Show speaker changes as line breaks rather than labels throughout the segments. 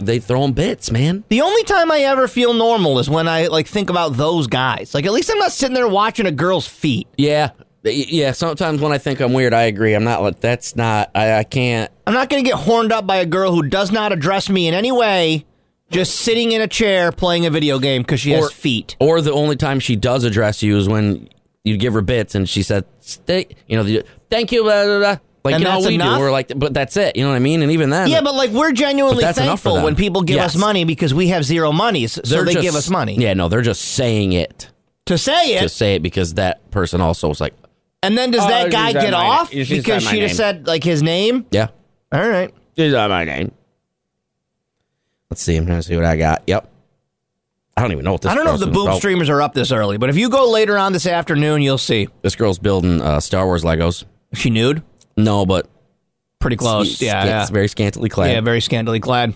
They throw 'em bits, man.
The only time I ever feel normal is when I like think about those guys. Like at least I'm not sitting there watching a girl's feet.
Yeah. Yeah. Sometimes when I think I'm weird, I agree. I'm not like, that's not, I, I can't.
I'm not going to get horned up by a girl who does not address me in any way, just sitting in a chair playing a video game because she
Or-
has feet.
Or the only time she does address you is when you give her bits and she said, "Stay," you know, the, thank you, blah, blah, blah. like
And
you know
that's
we
enough?
do, or like, but that's it. You know what I mean? And even then,
Yeah, but like we're genuinely
But that's enough for
thankful
them.
when people give
Yes.
us money because we have zero monies, so
they're
they
just-
give us money
Yeah, no, they're just saying it
to say it.
to say it because that person also was like,
and then does
Oh,
that
you
guy
said
get
my name.
off
You just
because
said my
she just
name.
said like his name?
yeah,
All right,
is that my name? Let's see. I'm trying to see what I got. Yep. I don't even know what this.
I don't know if
girl's
the boob
about.
streamers are up this early, but if you go later on this afternoon, you'll see.
This girl's building uh, Star Wars Legos.
She nude.
No, but
Pretty close.
it's-
yeah,
it's
yeah.
very scantily clad.
Yeah, very scantily clad.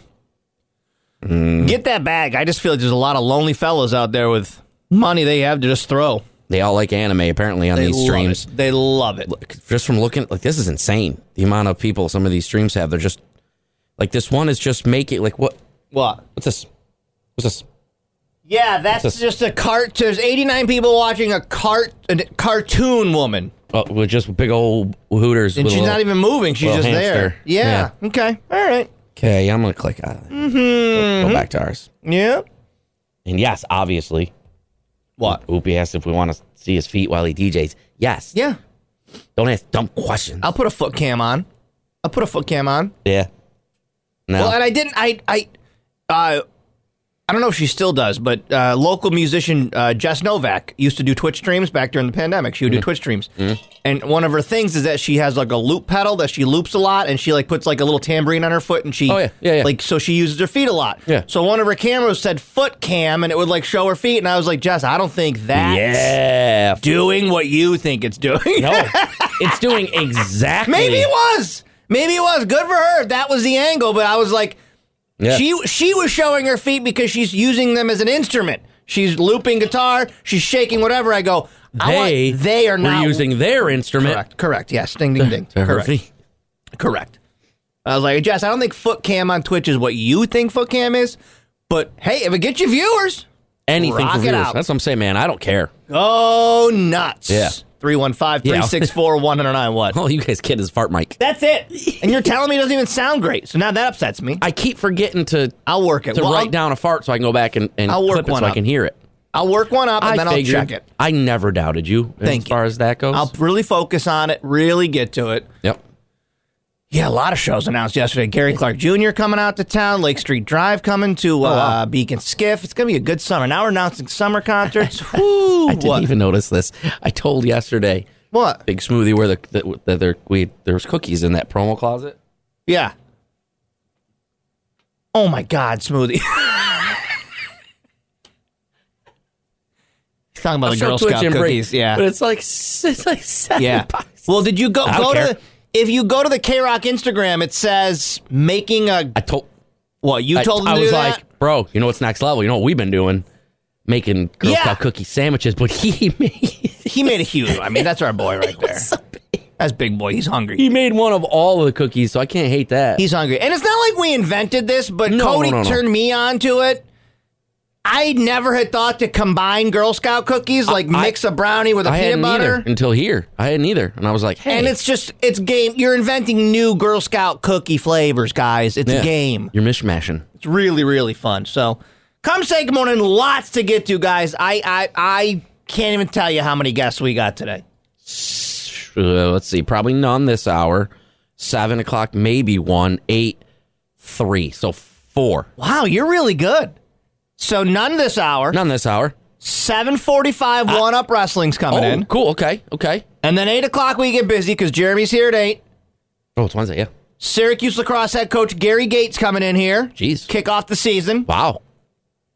Mm.
Get that bag. I just feel like there's a lot of lonely fellas out there with money they have to just throw.
they all like anime apparently on
They
these
love
streams.
it. They love it.
just from looking like this is insane the amount of people some of these streams have they're just like this one is just making like what
What?
what's this what's this
Yeah, that's
It's a-
just a cart. There's 89 people watching a cart, a cartoon woman,
oh with just big old hooters
and
with a
she's
little-
not even moving. She's
little
just
hamster.
there. Yeah. Okay. All right.
okay i'm gonna click on it mm-hmm. go back to ours
Yeah.
and yes obviously
What?
oopie asked if we want to see his feet while he djs yes
Yeah. Oh.
don't ask dumb questions
I'll put a foot cam on. I'll put a foot cam on.
yeah no
Well, and I didn't. I I uh, I don't know if she still does, but uh, local musician uh, Jess Novak used to do Twitch streams back during the pandemic. She would
Mm-hmm.
do Twitch streams, and one of her things is that she has like a loop pedal that she loops a lot, and she like puts like a little tambourine on her foot, and she
Oh, yeah. Yeah, yeah.
like so she uses her feet a lot.
Yeah.
So one of her cameras said foot cam, and it would like show her feet, and I was like, Jess, I don't think that's
Yeah.
doing what you think it's doing.
No, it's doing exactly.
Maybe it was. Maybe it was. Good for her. That was the angle, but I was like,
Yeah.
she she was showing her feet because she's using them as an instrument. She's looping guitar, she's shaking whatever. I go, I want-
they
they are
were
not
using their instrument.
correct. Correct. Yes. Ding ding ding.
to her
correct.
feet.
Correct. I was like, Jess, I don't think foot cam on Twitch is what you think foot cam is, but hey, if it gets you viewers,
Anything
Rock
for
it
viewers.
out.
That's what I'm saying, man. I don't care.
go nuts.
Yeah.
315 364 1091.
All you guys get is fart mic.
That's it. And you're telling me it doesn't even sound great. So now that upsets me.
I keep forgetting to
I'll work it.
to
Well,
write
I'll-
down a fart so I can go back and, and
I'll work
clip it
one
so I
up.
can hear it.
I'll work one up and then
figured-
I'll check it.
I never doubted you
Thank
as far
you.
as that goes.
I'll really focus on it, really get to it.
yep.
Yeah, a lot of shows announced yesterday. Gary Clark Jr. coming out to town, Lake Street Drive coming to uh,
Oh, wow.
Beacon Skiff. It's going to be a good summer. Now we're announcing summer concerts. Woo!
I didn't
what?
even notice this. I told yesterday,
what?
Big Smoothie, where the, the, the there we there was cookies in that promo closet.
Yeah. Oh my God, smoothie. He's talking about the
I'll
Girl
show
Scout
Twitch in brief,
cookies. Yeah.
but it's like s- it's like seven
Yeah.
bucks.
Well, did you go
I don't
go
care.
to if you go to the K Rock Instagram? It says making a
I told
what you
I,
told them
I
to
was
do that?
like, bro, you know what's next level? You know what we've been doing? Making Girl
Yeah.
Scout cookie sandwiches, but he made
He made a huge. I mean, that's our boy right there. That's big boy. He's hungry.
he made one of all of the cookies, so I can't hate that.
He's hungry, and it's not like we invented this, but
No,
Cody
no, no, no.
turned me on to it. I never had thought to combine Girl Scout cookies, like mix a brownie with a
I
peanut
hadn't
butter.
either until here. I hadn't either, and I was like, hey,
And it's just it's game. You're inventing new Girl Scout cookie flavors, guys. It's
Yeah.
a game.
You're mishmashing.
It's really, really fun. So come say good morning. Lots to get to, guys. I I, I can't even tell you how many guests we got today.
Uh, let's see, probably none this hour. Seven o'clock, maybe one, eight, three. So four.
Wow, you're really good. So none this hour.
None this hour.
745 one up wrestling's coming
oh,
in.
cool. Okay. Okay.
And then eight o'clock we get busy because Jeremy's here at eight.
Oh, it's Wednesday. Yeah.
Syracuse lacrosse head coach Gary Gates coming in here.
Jeez.
Kick off the season.
Wow.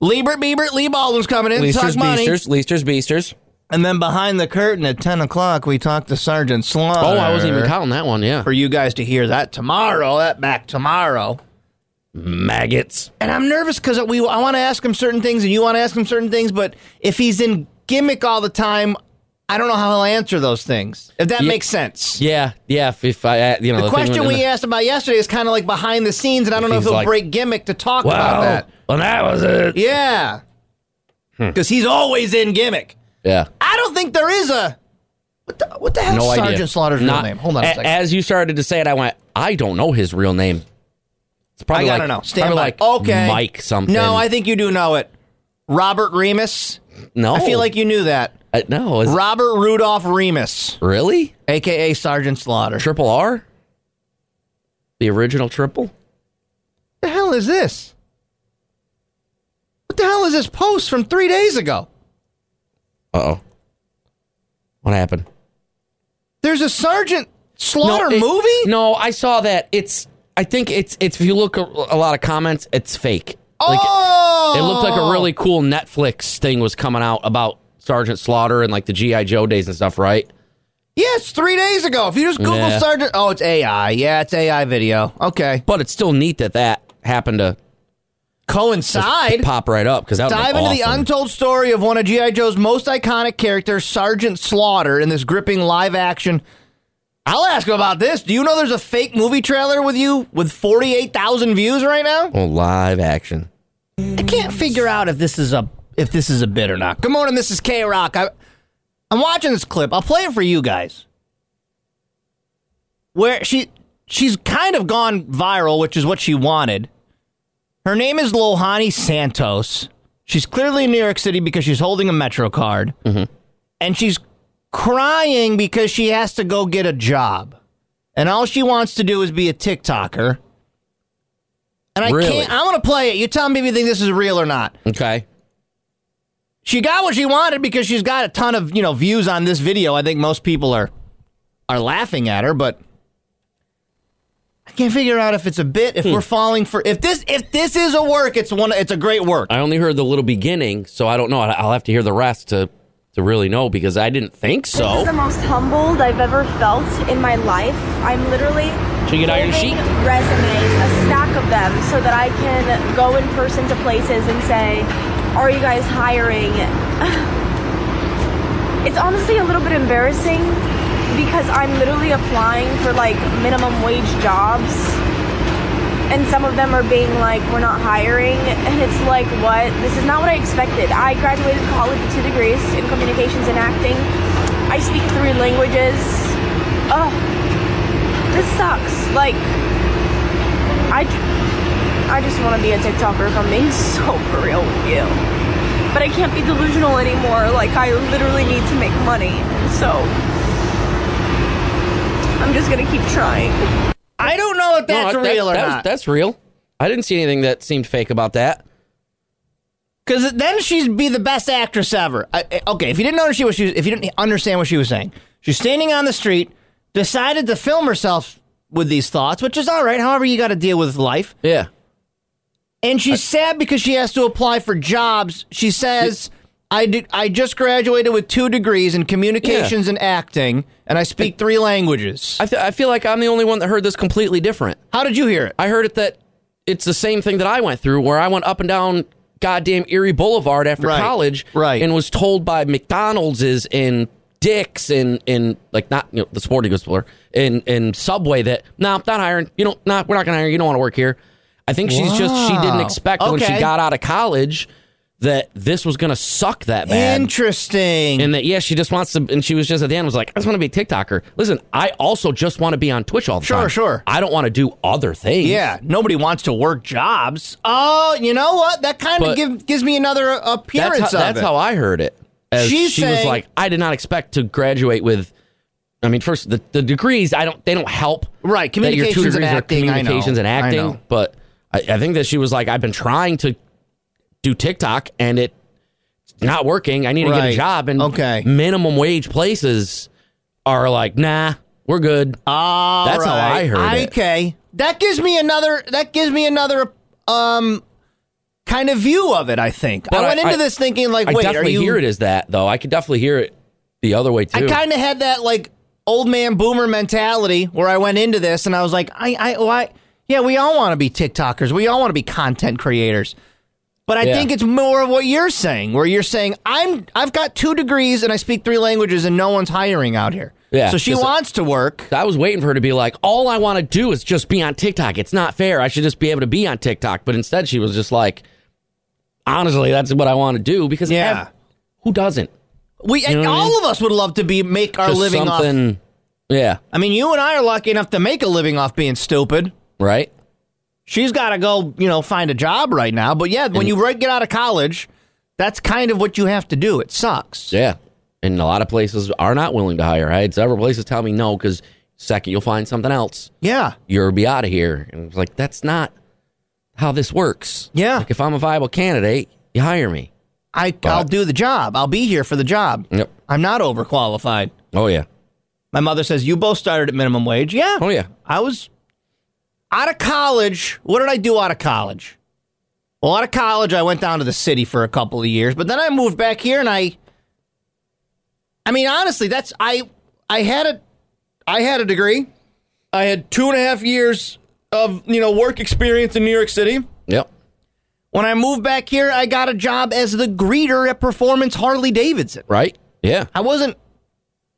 Liebert Biebert, Lee Baldwin's coming in. to
Leasters,
Talk money.
beasters, leasters, beasters.
And then behind the curtain at 10 o'clock, we talk to Sergeant Slaughter.
Oh, I wasn't even counting that one. Yeah.
For you guys to hear that tomorrow, that back tomorrow.
Maggots.
And I'm nervous because we I want to ask him certain things and you want to ask him certain things, but if he's in gimmick all the time, I don't know how he'll answer those things. If that
Ye-
makes sense.
Yeah. Yeah. If, if I, uh, you know,
The,
thing
question
in
we
the-
asked about yesterday is kind of like behind the scenes, and I don't know if
He's
he'll
like,
break gimmick to talk about
Wow.
that.
Well, that was it.
Yeah.
Hmm.
Because he's always in gimmick.
Yeah.
I don't think there is a. What the, what the hell
No
is
idea.
Sergeant Slaughter's real
Not-
name? Hold on a
a-
second.
As you started to say it, I went, I don't know his real name. It's
I
probably
gotta
like,
know. Stand
probably
by.
like
okay.
Mike something.
No, I think you do know it. Robert Remus.
no.
I feel like you knew that.
Uh, no. Is,
Robert Rudolph Remus,
really?
aka Sergeant Slaughter. What
Triple R? The original triple?
the hell is this? What the hell is this post from three days ago?
Uh oh. What happened?
There's a Sergeant Slaughter
it-
movie?
No, I saw that. It's. I think it's. It's. If you look at a lot of comments, it's fake. Like,
oh!
it looked like a really cool Netflix thing was coming out about Sergeant Slaughter and like the GI Joe days and stuff, right?
Yeah, it's three days ago. If you just Google
Yeah.
Sergeant. Oh, it's AI. Yeah, it's AI video. Okay.
But it's still neat that that happened to just
Coincide.
pop right up because that would
Dive into the untold story of one of G.I. Joe's most iconic characters, Sergeant Slaughter, in this gripping live action. I'll ask him about this. Do you know there's a fake movie trailer with you with 48,000 views right now?
oh, live action.
I can't figure out if this is a if this is a bit or not. Good morning, this is K Rock. I I'm watching this clip. I'll play it for you guys. Where she she's kind of gone viral, which is what she wanted. Her name is Lohani Santos. She's clearly in New York City because she's holding a Metro card. And she's crying because she has to go get a job. And all she wants to do is be a TikToker. And I
Really?
can't. I want to play it. You tell me if you think this is real or not.
Okay.
She got what she wanted because she's got a ton of you know views on this video. I think most people are are laughing at her, but I can't figure out if it's a bit.
Hmm.
If we're falling for if this if this is a work, it's one. It's a great work.
I only heard the little beginning, so I don't know. I- I'll have to hear the rest to to really know because I didn't think
This is the
so.
most humbled I've ever felt in my life. I'm literally
So you get iron sheet?
holding resumes, a stack of them, so that I can go in person to places and say, "Are you guys hiring?" It's honestly a little bit embarrassing because I'm literally applying for like minimum wage jobs, and some of them are being like, "We're not hiring," and it's like, "What? This is not what I expected." I graduated college with two degrees in communications and acting. I speak three languages. Oh, this sucks. Like, I, I just want to be a TikToker. If I'm being so for real with you, but I can't be delusional anymore. Like, I literally need to make money. So, I'm just gonna keep trying.
I don't know if that's
No, that-
real or
that was-
not.
that's real. I didn't see anything that seemed fake about that.
Because then she'd be the best actress ever. I, I- okay, if you didn't know she was, she was, if you didn't understand what she was saying, she's standing on the street, decided to film herself with these thoughts, which is all right. However, you got to deal with life.
Yeah.
And she's sad because she has to apply for jobs. She says, "I did, I just graduated with two degrees in communications and acting, and I speak three languages."
I, th- I feel like I'm the only one that heard this completely different.
How did you hear it?
I heard it that it's the same thing that I went through where I went up and down goddamn Erie Boulevard after
Right,
college
right.
and was told by McDonald's and Dick's and, and like not you know the sporting goods store and, and Subway that no not hiring you don't not we're not gonna hire you you don't want to work here. I think she's just she didn't
Wow.
expect when she
Okay.
got out of college that this was gonna suck that bad.
Interesting.
and that yeah, she just wants to. And she was just at the end was like, I just want to be a TikToker. Listen, I also just want to be on Twitch all the
Sure,
time.
sure.
I don't want to do other things.
yeah, nobody wants to work jobs. Oh, you know what? That kind
But-
of give, gives me another uh, appearance
that's how,
of
that's
it.
how I heard it. As
She's
she was
saying-
like, I did not expect to graduate with. I mean, first the, the degrees. I don't. They don't help.
Right,
that your two
communications and
degrees are
acting, I know.
communications and
I
acting.
know.
But I, I think that she was like, I've been trying to do TikTok and it's not working. I need to get a
Right.
job. And
Okay.
minimum wage places are like, nah, we're good.
Uh, All
That's how I heard
right.
it.
Okay, that gives me another. That gives me another um kind of view of it. I think
But
I went
I-
into
I-
this thinking like,
I
wait, are
definitely
you?
hear it as that though. I could definitely hear it the other way too.
I kind of had that like old man boomer mentality where I went into this and I was like, I, I, why? Yeah, we all want to be TikTokers. We all want to be content creators. But I
Yeah.
think it's more of what you're saying, where you're saying I'm I've got two degrees and I speak three languages and no one's hiring out here.
Yeah,
so she
'cause-
wants to work.
I was waiting for her to be like, all I want to do is just be on TikTok. It's not fair. I should just be able to be on TikTok. But instead, she was just like, honestly, that's what I want to do because
Yeah.
ev- who doesn't?
We
know what I
all
mean?
of us would love to be make our
Just
living off.
something, yeah,
I mean, you and I are lucky enough to make a living off being stupid.
right.
she's got to go, you know, find a job right now. But yeah, when you right, get out of college, that's kind of what you have to do. It sucks.
Yeah, and a lot of places are not willing to hire. I had several places tell me no because second you'll find something else,
Yeah.
you'll be out of here. And I was like, that's not how this works.
Yeah.
like if I'm a viable candidate, you hire me.
I, I'll do the job. I'll be here for the job.
Yep.
I'm not overqualified.
Oh yeah.
My mother says, You both started at minimum wage. Yeah.
Oh yeah.
I was out of college. What did I do out of college? Well, out of college, I went down to the city for a couple of years, but then I moved back here, and I, I mean, honestly, that's I, I had a, I had a degree, I had two and a half years of you know work experience in New York City.
Yep.
When I moved back here, I got a job as the greeter at Performance Harley Davidson.
Right. Yeah.
I wasn't.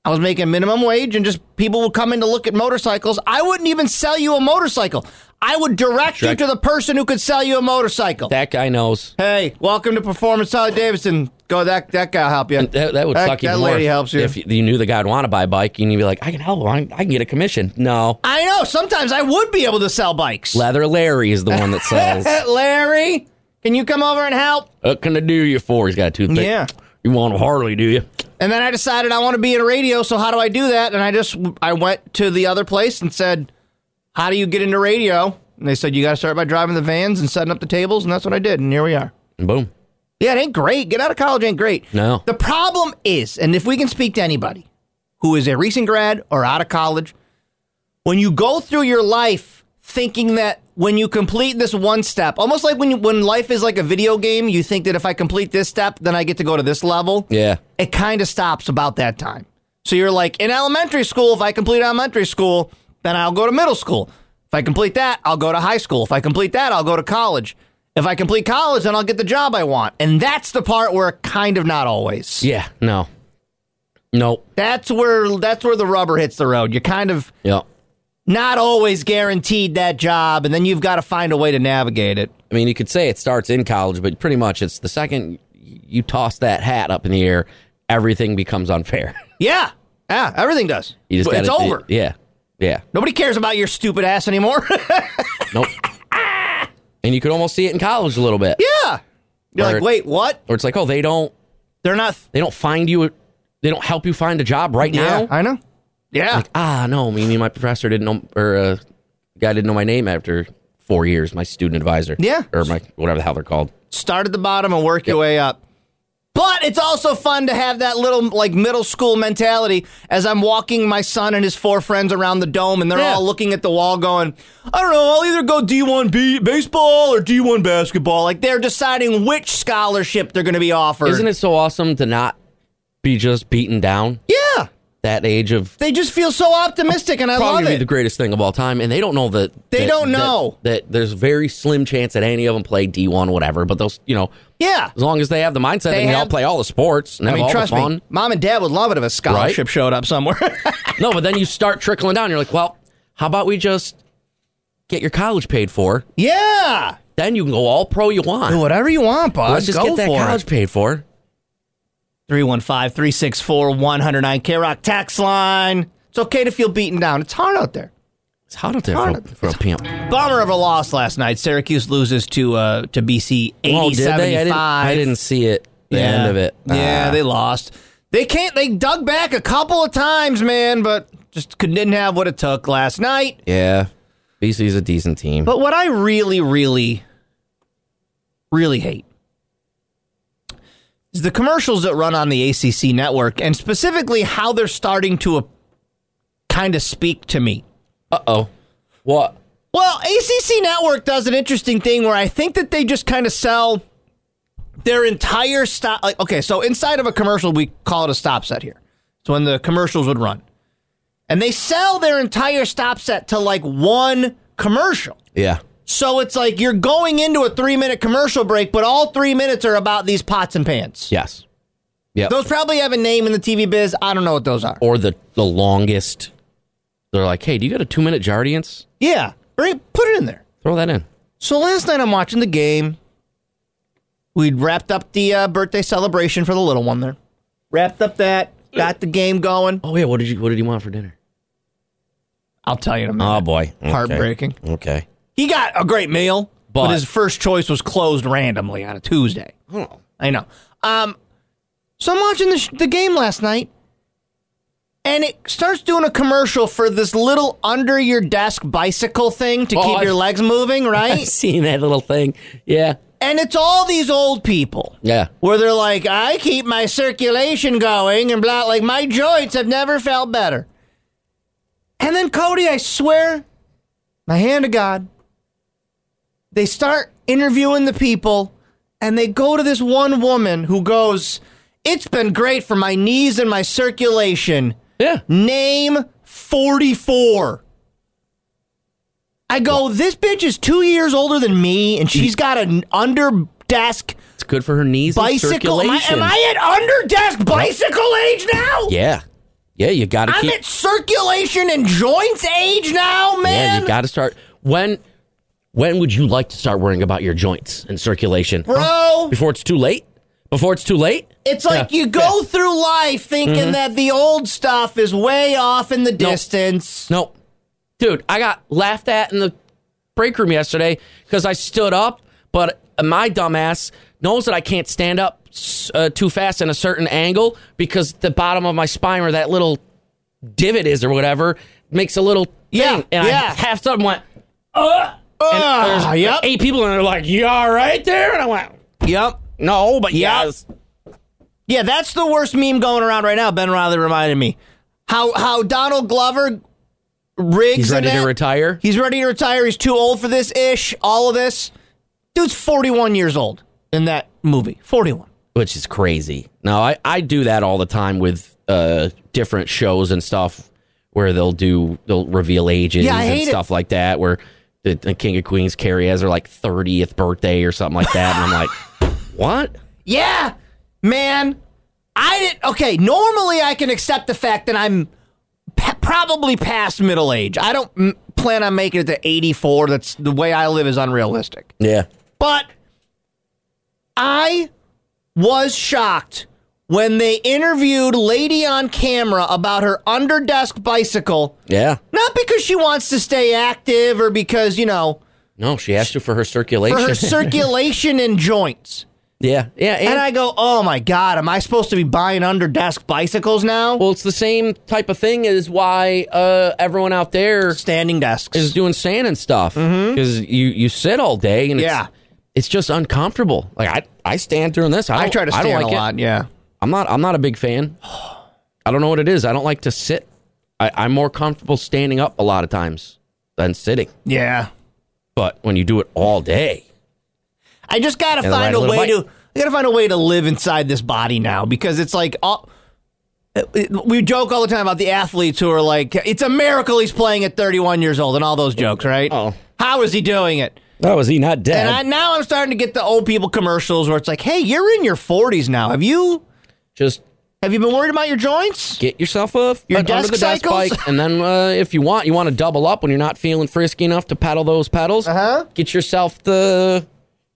I was making minimum wage, and just people would come in to look at motorcycles. I wouldn't even sell you a motorcycle. I would direct
Direct-
you to the person who could sell you a motorcycle.
That guy knows.
hey, welcome to Performance Harley Davidson. Go that that guy help you.
That, that would suck even
That
more
lady
if,
helps you.
If you knew the guy would want to buy a bike, and you'd be like, I can help him. I, I can get a commission. No.
I know. Sometimes I would be able to sell bikes.
Leather Larry is the one that sells.
Larry, can you come over and help?
what can I do you for? He's got a toothpick.
Yeah.
You want a Harley, do you?
And then I decided I want to be in radio, so how do I do that? And I just I went to the other place and said, "How do you get into radio?" And they said, you got to start by driving the vans and setting up the tables. And that's what I did. And here we are.
And boom.
Yeah, it ain't great. Get out of college ain't great.
No.
The problem is, and if we can speak to anybody who is a recent grad or out of college, when you go through your life thinking that when you complete this one step, almost like when you, when life is like a video game, you think that if I complete this step, then I get to go to this level.
Yeah.
It kind of stops about that time. So you're like, in elementary school, if I complete elementary school, then I'll go to middle school. If I complete that, I'll go to high school. If I complete that, I'll go to college. If I complete college, then I'll get the job I want. And that's the part where kind of not always.
Yeah. No. No.
That's where that's where the rubber hits the road. You're kind of
Yeah.
not always guaranteed that job, and then you've got to find a way to navigate it.
I mean, you could say it starts in college, but pretty much it's the second you toss that hat up in the air, everything becomes unfair.
Yeah, yeah, everything does.
You just
it's
gotta-
over.
Yeah. Yeah.
Nobody cares about your stupid ass anymore.
Nope. and you could almost see it in college a little bit.
yeah, you're like,
Or-
wait, what?
Or it's like, oh, they don't
They're not.
they don't find you they don't help you find a job right
Yeah,
now.
I know. Yeah,
ah, no, me and my professor didn't know or uh guy didn't know my name after four years, my student advisor.
Yeah.
Or my whatever the hell they're called.
start at the bottom and work your way up. But it's also fun to have that little like middle school mentality as I'm walking my son and his four friends around the dome and they're
Yeah.
all looking at the wall going, I don't know, I'll either go D1 B- baseball or D1 basketball. Like they're deciding which scholarship they're going to be offered.
Isn't it so awesome to not be just beaten down
Yeah.
that age of
They just feel so optimistic and I
probably
love
be
it.
the greatest thing of all time, and they don't know that
They
that-
don't
that-
know.
that, there's very slim chance that any of them play D one, whatever. But those, you know,
yeah.
as long as they have the mindset,
They
they, can all
have-
play all the sports and
I
have
mean,
all
trust
the fun.
me, mom and dad would love it if a scholarship showed up somewhere.
No, but then you start trickling down. You're like, well, how about we just get your college paid for?
yeah.
Then you can go all pro you want.
Do whatever you want, boss.
Let's just
go
get that
for
college
it.
paid for.
315 364 109 K Rock tax line. It's okay to feel beaten down. It's hard out there.
It's hard out there for,
Hard.
for a pimp.
Bummer of a loss last night. Syracuse loses to uh, to BC 80
Oh, did they? I didn't, I didn't see it. The end of it.
Yeah,
Ah.
they lost. They can't. They dug back a couple of times, man, but just could- didn't have what it took last night.
yeah. BC's a decent team.
But what I really, really, really hate is the commercials that run on the ACC network and specifically how they're starting to kind of speak to me.
Uh oh. What?
Well, ACC Network does an interesting thing where I think that they just kind of sell their entire stop. Like, okay, so inside of a commercial, we call it a stop set here. It's when the commercials would run. And they sell their entire stop set to like one commercial.
Yeah.
So it's like you're going into a three minute commercial break, but all three minutes are about these pots and pans.
Yes. Yep.
Those probably have a name in the TV biz. I don't know what those are.
or the the longest. They're like, hey, do you got a two minute Jardiance?
Yeah. Bring, put it in there.
Throw that in.
So last night I'm watching the game. We'd wrapped up the uh, birthday celebration for the little one there. Wrapped up that, got the game going.
Oh yeah, what did you what did you want for dinner?
I'll tell you in a minute.
Oh boy, Okay.
Heartbreaking.
Okay,
He got a great meal, but,
But- Hmm.
his first choice was closed randomly on a Tuesday. I know. Um, so I'm watching the, sh- the game last night, and it starts doing a commercial for this little under your desk bicycle thing to
Oh,
keep
I've-
your legs moving,
I
right?
seen that little thing. Yeah,
and it's all these old people.
yeah.
Where they're like, I keep my circulation going and blah, like my joints have never felt better. And then Cody, I swear, my hand to God, they start interviewing the people and they go to this one woman who goes, It's been great for my knees and my circulation.
Yeah.
Name 44. I go, This bitch is two years older than me and she's got an under desk
Mm. It's good for her knees
bicycle.
and
Am I,
circulation.
am I at under desk bicycle age now?
yeah, yeah. You got to
I'm
keep.
at circulation and joints age now, man.
yeah, you got to start. When when would you like to start worrying about your joints and circulation,
Bro,
Before it's too late. Before it's too late.
it's like
Yeah. Mm-hmm.
you go through life thinking that the old stuff is way off in the distance.
No. Dude, I got laughed at in the break room yesterday because I stood up, but my dumbass knows that I can't stand up s- uh, too fast in a certain angle because the bottom of my spine where that little divot is or whatever makes a little
Yeah,
thing. And
yeah.
I half up and went, And
Ah,
there's
yep.
eight people, and they're like, "You all right there?" And I went,
Yep.
"No, but
Yep.
yes."
Yeah, that's the worst meme going around right now. Ben Riley reminded me how how Donald Glover rigs.
He's
in
ready to
that-
retire.
He's ready to retire. He's too old for this ish. All of this. Dude's forty one years old in that movie. Forty one.
which is crazy. No, I, I do that all the time with uh, different shows and stuff where they'll do they'll reveal ages
Yeah, I
and
hate it.
stuff like that. Where the, the King of Queens Carrie has her like thirtieth birthday or something like that, and I'm like, what?
Yeah, man. I didn't. Okay, normally I can accept the fact that I'm p- probably past middle age. I don't m- plan on making it to 84. That's the way I live is unrealistic.
Yeah,
But I was shocked when they interviewed Lady on camera about her underdesk bicycle.
yeah.
Not because she wants to stay active or because, you know,
No, she asked you for her circulation.
for her circulation and joints.
yeah, yeah. And,
And I go, oh my God, am I supposed to be buying underdesk bicycles now?
well, it's the same type of thing as why uh, everyone out there
Standing desks.
is doing sand and stuff because you you sit all day and
Mm-hmm. Yeah.
it's, it's just uncomfortable. Like I I stand during this. I,
I
don't-
try to
Oh, I
stand
don't like
a
it.
lot, yeah.
I'm not. I'm not a big fan. I don't know what it is. I don't like to sit. I, I'm more comfortable standing up a lot of times than sitting.
Yeah.
But when you do it all day,
I just gotta
And ride
find
a
a
little
way
bike.
to. I gotta find a way to live inside this body now because it's like all. it- it- We joke all the time about the athletes who are like, "It's a miracle he's playing at 31 years old," and all those jokes, right?
Oh.
How is he doing it?
oh, is he not dead?
And I, now I'm starting to get the old people commercials where it's like, "Hey, you're in your 40s now. Have you
Just
have you been worried about your joints?"
get yourself a
Your
an
desk
under the desk
cycles?
bike, and then uh, if you want, you want to double up when you're not feeling frisky enough to paddle those pedals.
Uh-huh.
Get yourself the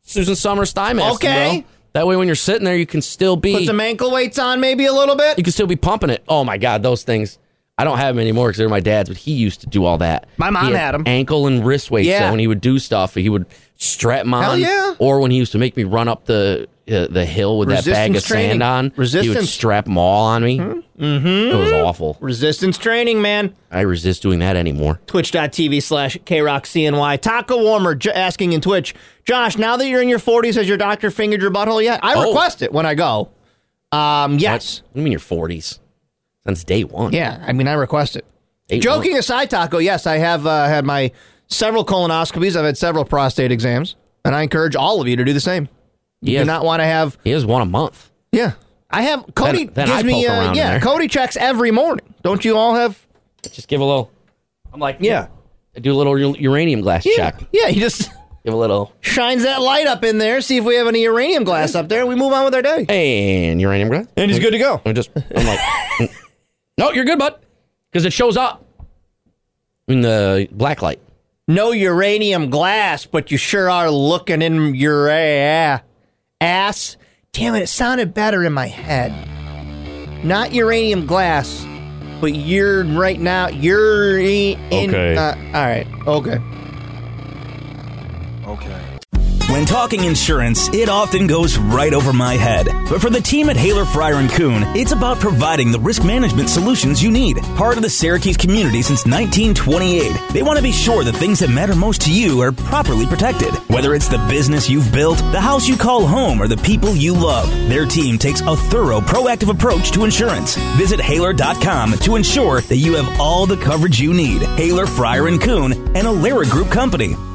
Susan Summers thigh mask. bro.
Okay.
That way, when you're sitting there, you can still
Put
be
some ankle weights on, maybe a little bit.
you can still be pumping it. Oh my god, those things. I don't have them anymore because they're my dad's, but he used to do all that.
My mom
He
had 'em.
Ankle and wrist weights.
Yeah.
So when he would do stuff, he would strap 'em on.
Hell yeah.
Or when he used to make me run up the uh, the hill with that bag
Resistance
of
training.
sand on, he would
Resistance.
strap them all on me. Mm-hmm. It was awful.
Resistance training, man.
I resist doing that anymore.
twitch.tv slash krockcny. Taco Warmer j- asking in Twitch, Josh, now that you're in your 40s, has your doctor fingered your butthole yet? I
Oh.
request it when I go. Um, yes.
What do you mean your forties? Since day one.
Yeah, I mean, I request it.
Day one.
Joking aside, Taco, yes, I have uh, had my several colonoscopies. I've had several prostate exams, and I encourage all of you to do the same.
He
You
has,
do not want to have,
he has one a month.
yeah. I have, Cody
Then- then
gives
I
me,
poke around
uh,
in
yeah,
there.
Cody checks every morning. Don't you all have?
Just give a little. I'm like, I do a little u- uranium glass
Yeah,
check.
yeah he just
Give a little.
shines that light up in there, see if we have any uranium glass up there, and we move on with our day.
And uranium glass.
And he's good to go.
I'm just, I'm like, "Mm. no, you're good, bud, because it shows up in the black light.
No uranium glass, but you sure are looking in your a- ass. Damn it, it sounded better in my head. Not uranium glass, but you're right now, you're in.
Okay.
uh, all right, okay.
When talking insurance, it often goes right over my head. But for the team at Haler Fryer and Coon, it's about providing the risk management solutions you need. Part of the Syracuse community since 1928, they want to be sure the things that matter most to you are properly protected. Whether it's the business you've built, the house you call home, or the people you love, their team takes a thorough, proactive approach to insurance. Visit Haler.com to ensure that you have all the coverage you need. Haler Fryer and Coon, an Alera Group company,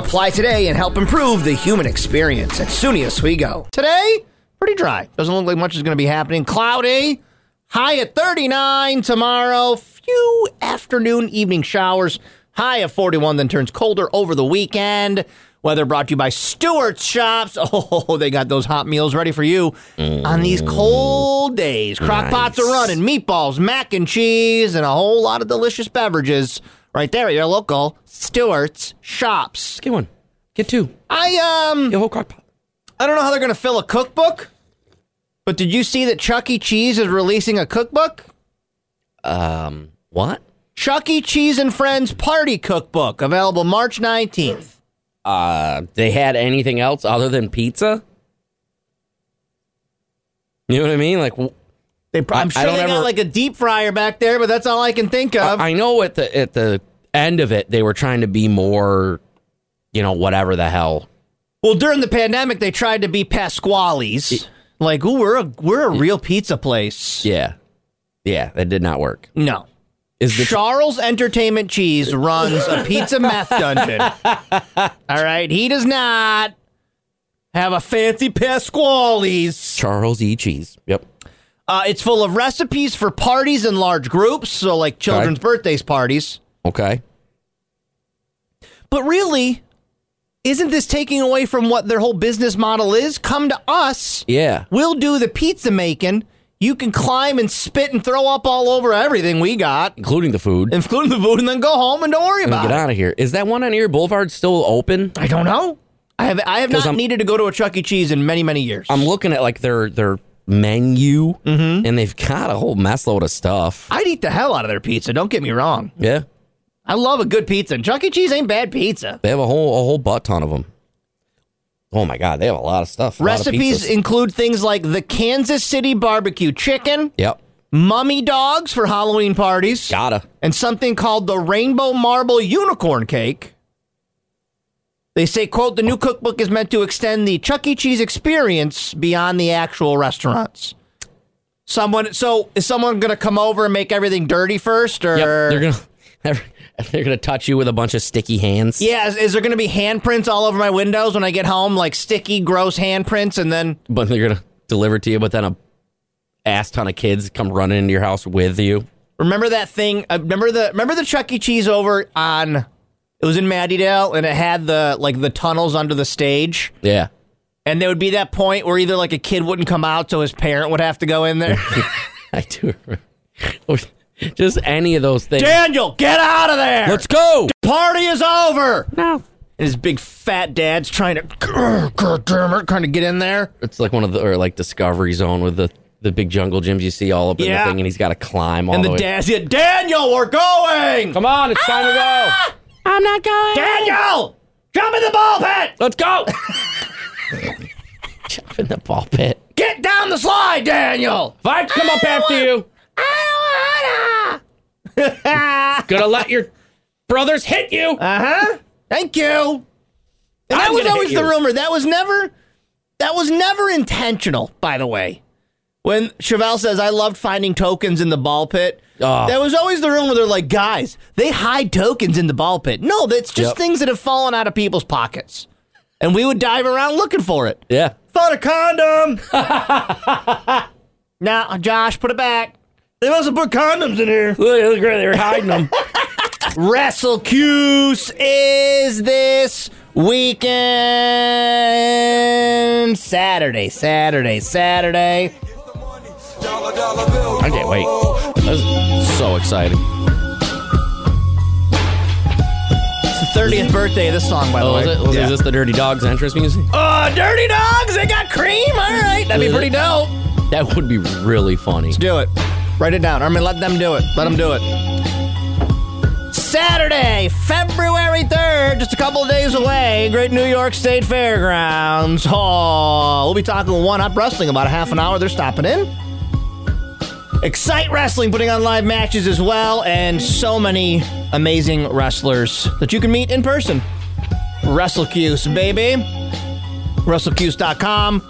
Apply today and help improve the human experience at SUNY Oswego. Today, pretty dry. Doesn't look like much is going to be happening. Cloudy, high at 39 tomorrow. Few afternoon, evening showers. High of 41, then turns colder over the weekend. Weather brought to you by Stewart's Shops. Oh, they got those hot meals ready for you on these cold days. Crock pots are running, meatballs, mac and cheese, and a whole lot of delicious beverages right there at your local Stewart's Shops.
Let's get one. Get two.
I um
Get a whole crock pot.
I don't know how they're gonna fill a cookbook, but did you see that Chuck E. Cheese is releasing a cookbook?
Um, what?
Chuck E. Cheese and Friends Party Cookbook available March nineteenth.
Uh, they had anything else other than pizza? You know what I mean? Like, w-
They pro-
I-
I'm
I
sure
don't
they got
ever-
like a deep fryer back there, but that's all I can think of.
I know at the at the end of it, they were trying to be more, you know, whatever the hell.
Well, during the pandemic, they tried to be Pasquale's. like, ooh, we're a we're a real pizza place.
Yeah, yeah, that did not work.
No.
Is the
Charles Entertainment Cheese runs a pizza meth dungeon. All right, he does not have a fancy Pasquale's.
Charles E. Cheese? Yep.
Uh, it's full of recipes for parties in large groups, so like children's birthdays parties.
Okay.
But really, isn't this taking away from what their whole business model is? Come to us.
Yeah.
We'll do the pizza making. You can climb and spit and throw up all over everything we got,
Including the food.
including the food, and then go home and don't worry
And
about
get
it.
out of here. Is that one on Ear Boulevard still open?
I don't know. I have I have
'Cause
not
I'm-
needed to go to a Chuck E. Cheese in many many years.
I'm looking at like their their menu, and they've got a whole mess load of stuff.
I'd eat the hell out of their pizza. Don't get me wrong.
Yeah,
I love a good pizza. And Chuck E. Cheese ain't bad pizza.
they have a whole a whole butt ton of them. Oh my god, they have a lot of stuff. a lot of
Recipes
pizzas.
include things like the Kansas City barbecue chicken,
yep,
mummy dogs for Halloween parties,
gotta.
and something called the Rainbow Marble Unicorn Cake. They say, quote, the new cookbook is meant to extend the Chuck E. Cheese experience beyond the actual restaurants. Someone so is someone gonna come over and make everything dirty first or
Yep, they're gonna they're gonna touch you with a bunch of sticky hands.
Yeah, is, is there gonna be handprints all over my windows when I get home, like sticky, gross handprints and then
but they're gonna deliver it to you. But then a ass ton of kids come running into your house with you.
Remember that thing? Uh, remember the remember the Chuck E. Cheese over on it was in Mattydale and it had the like the tunnels under the stage.
Yeah,
And there would be that point where either like a kid wouldn't come out, so his parent would have to go in there.
I do. remember. Just any of those things.
Daniel, get out of there!
Let's go.
Party is over. No. And his big fat dad's trying to, "Grr, God damn it, trying to get in there.
It's like one of the or like Discovery Zone with the the big jungle gyms you see all up in
Yeah.
the thing, and he's got to climb all
and
the,
the
way.
dad's yeah, Daniel, we're going.
Come on, it's time to go. Ah! I'm not going.
Daniel, jump in the ball pit.
Let's go. Jump in the ball pit.
Get down the slide, Daniel.
Vibes come up after you. Gonna let your brothers hit you.
Uh-huh. Thank you. And that
I'm
was
gonna hit
always the
you.
rumor. That was never that was never intentional, by the way. When Chevelle says I loved finding tokens in the ball pit,
Oh.
that was always the rumor. they're like, guys, they hide tokens in the ball pit. No, that's just
Yep.
things that have fallen out of people's pockets. And we would dive around looking for it.
yeah.
Found a condom. now, Josh, put it back. They must have put condoms in here.
Look, look, they're hiding them.
WrestleCuse is this weekend. Saturday, Saturday, Saturday.
I can't wait. That's so exciting.
It's the 30th birthday of this song, by the
Oh,
way.
is it? Was,
Yeah.
Is this the Dirty Dogs entrance music?
Oh, Dirty Dogs, they got cream. All right, that'd be pretty dope.
That would be really funny.
Do it. Write it down. I mean, let them do it. Let them do it. Saturday, February 3rd, just a couple of days away, Great New York State Fairgrounds. Oh, we'll be talking with One Up Wrestling about a half an hour. They're stopping in. Excite Wrestling putting on live matches as well, and so many amazing wrestlers that you can meet in person. WrestleCuse, baby. WrestleCuse.com.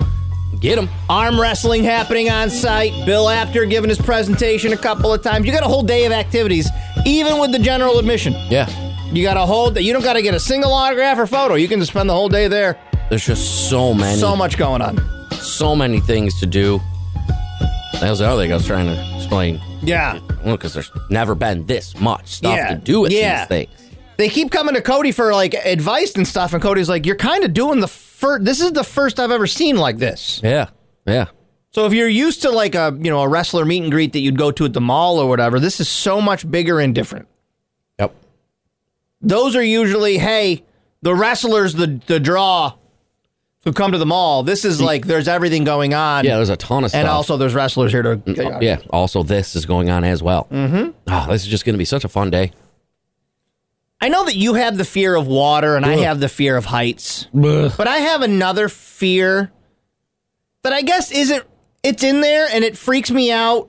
Get them.
Arm wrestling happening on site. Bill Apter giving his presentation a couple of times. You got a whole day of activities, even with the general admission.
Yeah.
You got a whole day. You don't got to get a single autograph or photo. You can just spend the whole day there.
There's just so many,
So much going on.
so many things to do. That was the other thing I was trying to explain.
Yeah.
Well, because there's never been this much stuff
Yeah.
to do with
Yeah.
these things.
They keep coming to Cody for like advice and stuff, and Cody's like, "You're kind of doing the first. This is the first I've ever seen like this."
Yeah. Yeah.
So if you're used to like a you know a wrestler meet and greet that you'd go to at the mall or whatever, this is so much bigger and different.
Yep.
those are usually hey the wrestlers the the draw who come to the mall. This is like there's everything going on.
Mm. Yeah, there's a ton of stuff. Mm, oh,
and also there's wrestlers here to
yeah. Also, this is going on as well. Mm-hmm. Oh, this is just going to be such a fun day.
I know that you have the fear of water and I have the fear of heights. But I have another fear that I guess isn't it's in there and it freaks me out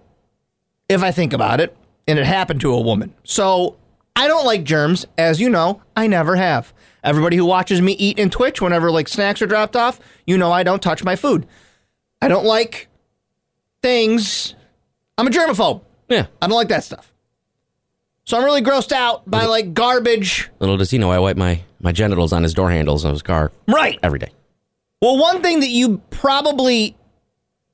if I think about it and it happened to a woman. So I don't like germs, as you know, I never have. Everybody who watches me eat and Twitch whenever like snacks are dropped off, you know I don't touch my food. I don't like things. I'm a germaphobe.
Yeah.
I don't like that stuff. So I'm really grossed out by like garbage.
Little does he know, I wipe my my genitals on his door handles of his car
Right.
every day.
Well, one thing that you probably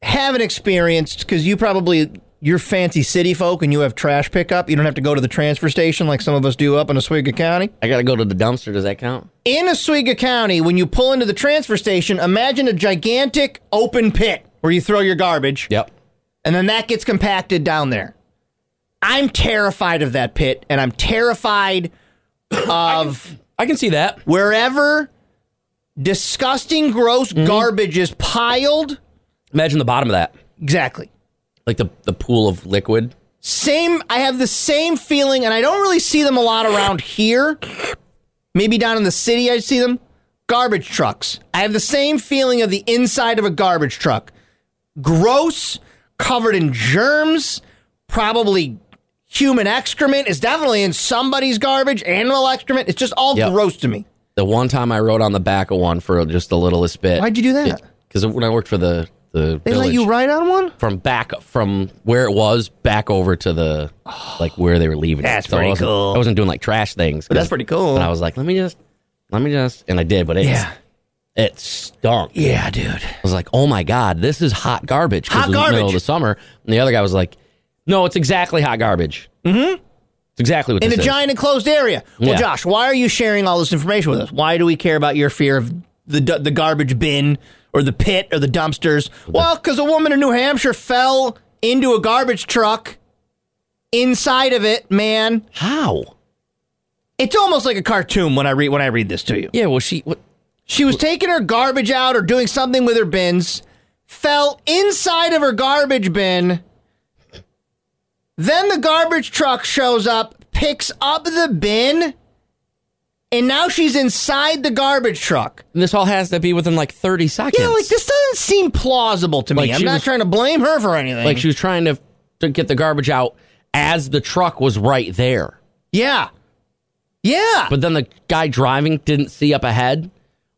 haven't experienced because you probably you're fancy city folk and you have trash pickup. You don't have to go to the transfer station like some of us do up in Oswego County.
I got to go to the dumpster. Does that count?
In Oswego County, when you pull into the transfer station, imagine a gigantic open pit where you throw your garbage
Yep.
and then that gets compacted down there. I'm terrified of that pit and I'm terrified of
I can see that.
wherever disgusting gross garbage is piled.
Imagine the bottom of that,
Exactly.
like the the pool of liquid.
same I have the same feeling and I don't really see them a lot around here. Maybe down in the city I see them. Garbage trucks. I have the same feeling of the inside of a garbage truck. Gross, covered in germs, probably human excrement is definitely in somebody's garbage, animal excrement. It's just all
Yep.
gross to me.
The one time I rode on the back of one for just a little bit.
Why'd you do that?
Because when I worked for the the
They let
village,
you ride on one?
from back from where it was back over to the like where they were leaving. it.
That's
I
pretty
wasn't-
cool.
I wasn't doing like trash things,
But that's pretty cool.
And I was like, let me just, let me just, and I did, but it
Yeah.
it stunk.
Yeah, dude.
I was like, oh my god, this is hot garbage. 'cause it
Hot
was the middle
garbage.
of the summer, and the other guy was like, no, it's exactly hot garbage. Mm-hmm. It's exactly what
In
this
a
is.
giant enclosed area. Well,
Yeah.
Josh, why are you sharing all this information with us? Why do we care about your fear of the du- the garbage bin or the pit or the dumpsters? Well, because a woman in New Hampshire fell into a garbage truck. Inside of it, man,
How?
it's almost like a cartoon when I read when I read this to you.
Yeah. Well, she. What?
She was taking her garbage out or doing something with her bins, fell inside of her garbage bin. Then the garbage truck shows up, picks up the bin, and now she's inside the garbage truck.
And this all has to be within like thirty seconds.
Yeah, like this doesn't seem plausible to me.
Like
I'm
she
not
was-
trying to blame her for anything.
Like she was trying to to get the garbage out as the truck was right there.
yeah. Yeah.
But then the guy driving didn't see up ahead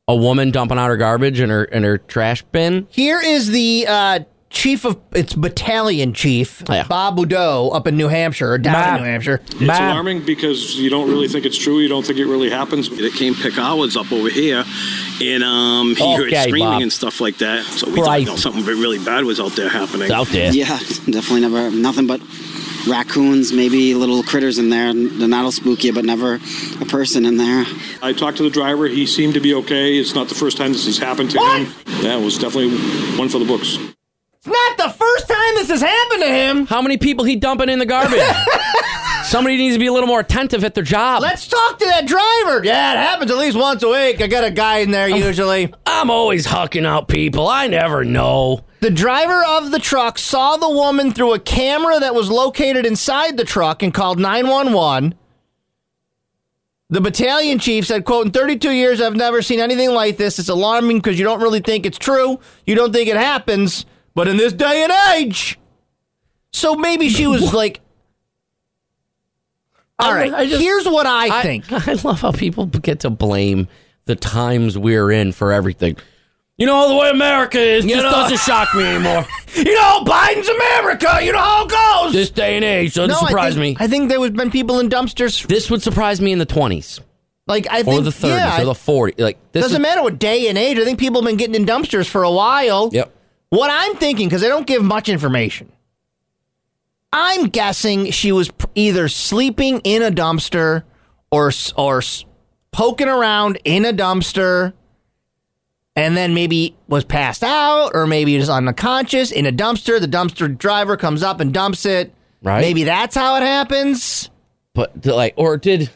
a woman dumping out her garbage in her in her trash bin.
Here is the uh, chief of it's battalion chief
Yeah.
Bob Udo up in New Hampshire or down
Bob.
in New Hampshire.
It's alarming because you don't really think it's true. You don't think it really happens. It came pick hours up over here, and um, he heard
Okay,
screaming
Bob.
and stuff like that. So we
Christ.
thought something really bad was out there happening.
It's out there.
Yeah, definitely never. Nothing but raccoons, maybe little critters in there. They're not all spooky, but never a person in there.
I talked to the driver. He seemed to be okay. It's not the first time this has happened to him. Yeah, it was definitely one for the books.
It's not the first time this has happened to him.
How many people he dumping in the garbage? Somebody needs to be a little more attentive at their job.
Let's talk to that driver. Yeah, it happens at least once a week. I got a guy in there
Um,
usually.
I'm always hucking out people. I never know.
The driver of the truck saw the woman through a camera that was located inside the truck and called 911. The battalion chief said, quote, in 32 years, I've never seen anything like this. It's alarming because you don't really think it's true. You don't think it happens. But in this day and age. So maybe she was like, all right,
I just-
here's what I think.
I love how people get to blame the times we're in for everything. You know the way America is just
know-
doesn't shock me anymore.
You know, Biden's America. You know how it goes.
this day and age doesn't surprise
I think,
me.
I think there was been people in dumpsters.
this would surprise me in the 20s
Like I
or
think,
the 30s
yeah,
or the
it
40s. Like this
doesn't
is-
matter what day and age. I think people have been getting in dumpsters for a while.
Yep.
What I'm thinking, because they don't give much information, I'm guessing she was p- either sleeping in a dumpster or s- or s- poking around in a dumpster, and then maybe was passed out or maybe just unconscious in a dumpster. The dumpster driver comes up and dumps it.
Right.
Maybe that's how it happens.
but like or did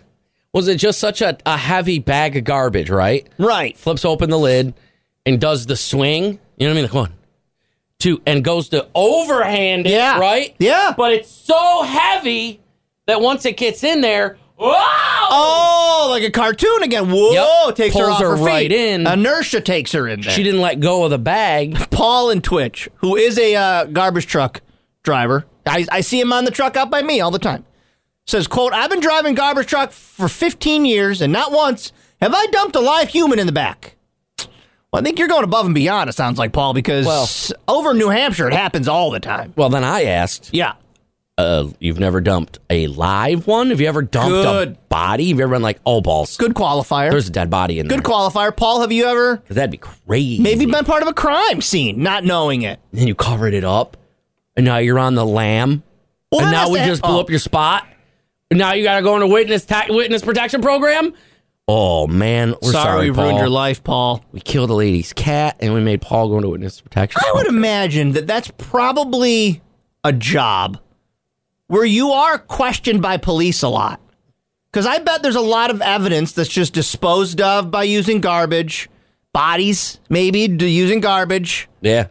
was it just such a, a heavy bag of garbage, right?
Right.
Flips open the lid and does the swing. You know what I mean? Like one, two, and goes to overhand it,
Yeah.
right?
Yeah.
But it's so heavy that once it gets in there, whoa!
Oh, like a cartoon again. Whoa,
Yep.
takes her
Pulls
off
her
her, feet.
right in.
Inertia takes her in there.
She didn't let go of the bag.
Paul and Twitch, who is a uh, garbage truck driver. I, I see him on the truck out by me all the time. Says, quote, I've been driving garbage truck for 15 years and not once have I dumped a live human in the back. Well, I think you're going above and beyond, it sounds like, Paul, because
Well-
over in New Hampshire, it happens all the time.
Well, then I asked,
Yeah.
uh, you've never dumped a live one? Have you ever dumped a
Good.
body? Have you ever been like, oh, balls,
Good qualifier.
there's a dead body in there?
Good qualifier. Paul, have you ever
'Cause that'd be crazy.
maybe been part of a crime scene, not knowing it?
then you covered it up, and now you're on the lam.
Well,
and
that
now
has
we
to
just
hap-
blew
oh.
up your spot. And Now you got to go into witness ta- witness protection program. Oh man, we're sorry,
we
Paul.
ruined your life, Paul.
We killed a lady's cat, and we made Paul go into witness protection.
I would imagine that that's probably a job where you are questioned by police a lot. Because I bet there's a lot of evidence that's just disposed of by using garbage, bodies, maybe d- using garbage.
yeah.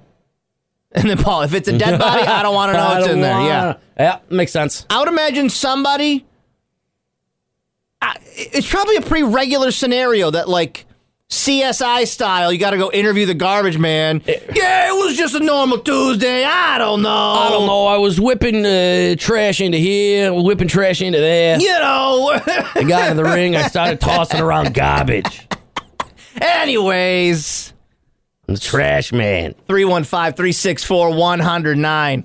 And then, Paul, if it's a dead body, I don't want to know
I
what's
don't
in there. Yeah.
wanna- yeah, makes sense.
I would imagine somebody. I- It's probably a pretty regular scenario that, like, CSI style, you got to go interview the garbage man. yeah, it was just a normal Tuesday. I don't know.
I don't know. I was whipping uh, trash into here, whipping trash into there.
You know.
I got in the ring. I started tossing around garbage.
Anyways,
I'm the trash man.
315 364 109.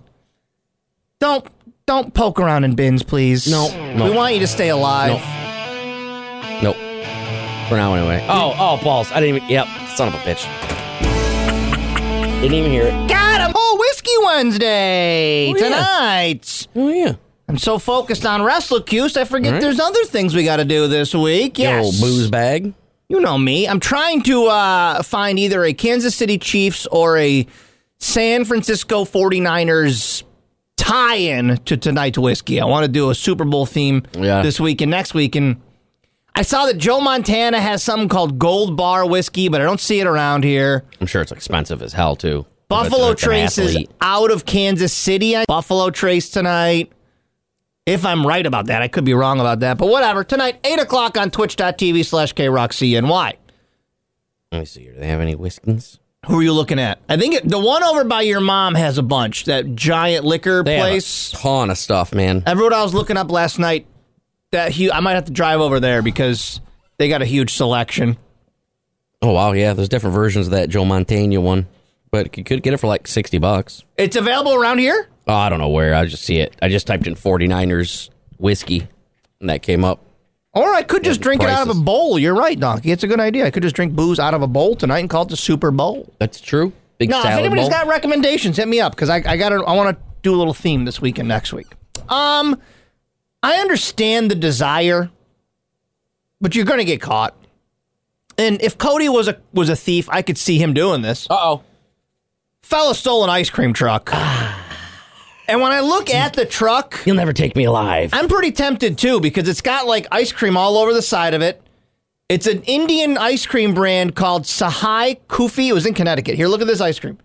Don't. Don't poke around in bins, please.
No, no.
We want you to stay alive.
Nope. For now, anyway. Oh, oh, balls. I didn't even. Yep. Son of a bitch. Didn't even hear it.
Got him! Oh, Whiskey Wednesday!
Oh, yeah.
Tonight!
Oh, yeah.
I'm so focused on WrestleCuse, I forget
All right.
there's other things we got to do this week.
Your
Yes.
old booze bag.
You know me. I'm trying to uh, find either a Kansas City Chiefs or a San Francisco 49ers tie in to tonight's whiskey. I want to do a Super Bowl theme
Yeah.
this week and next week. And I saw that Joe Montana has something called Gold Bar Whiskey, but I don't see it around here.
I'm sure it's expensive as hell, too.
Buffalo
If it's an
Trace is
athlete.
out of Kansas City. I- Buffalo Trace tonight. If I'm right about that, I could be wrong about that, but whatever. Tonight, 8 o'clock on twitch.tv slash KRockCNY.
Let me see here. Do they have any whiskeys?
Who are you looking at? I think it, the one over by your mom has a bunch, that giant liquor
They
place.
have a ton of stuff, man.
Everyone I was looking up last night, that hu- I might have to drive over there because they got a huge selection.
Oh, wow. Yeah. There's different versions of that Joe Montana one, but you could get it for like 60 bucks.
It's available around here?
Oh, I don't know where. I just see it. I just typed in 49ers whiskey, and that came up.
Or I could just
the
drink it out of
prices.
a bowl. You're right, Donkey. It's a good idea. I could just drink booze out of a bowl tonight and call it the Super Bowl.
That's true. Big
No, if
salad
anybody's
bowl.
got recommendations, hit me up because I, I got I want to do a little theme this week and next week. Um, I understand the desire, but you're going to get caught. And if Cody was a was a thief, I could see him doing this.
Uh-oh.
Fella stole an ice cream truck, and when I look at the truck,
You'll never take me alive.
I'm pretty tempted too because it's got like ice cream all over the side of it. It's an Indian ice cream brand called Sahai Kufi. It was in Connecticut. Here, look at this ice cream.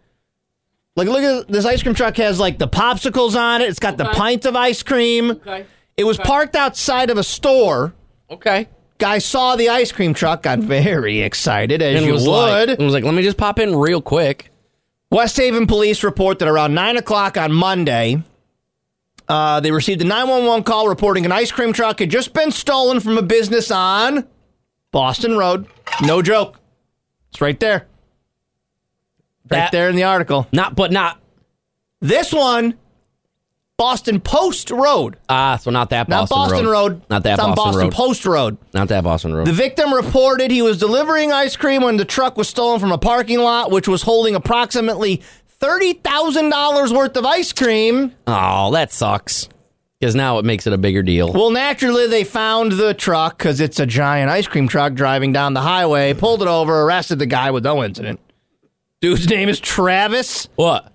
Like, look at this ice cream truck has like the popsicles on it. It's got the pint of ice cream.
Okay.
It was parked outside of a store.
Okay.
Guy saw the ice cream truck, got very excited as
and
you
was like,
would.
and was like, let me just pop in real quick.
West Haven police report that around 9 o'clock on Monday, uh, they received a 911 call reporting an ice cream truck had just been stolen from a business on Boston Road. No joke. It's right there. Right
That-
there in the article.
Not, but not.
This one, Boston Post Road.
Ah, so not that
Not
Boston,
Boston Road.
Not that
It's on
Boston,
Boston
Road.
Post Road.
not that Boston Road.
The victim reported he was delivering ice cream when the truck was stolen from a parking lot, which was holding approximately $30,000 worth of ice cream.
oh, that sucks. Because now it makes it a bigger deal.
Well, naturally, they found the truck because it's a giant ice cream truck driving down the highway, pulled it over, arrested the guy with no incident. Dude's name is Travis.
What?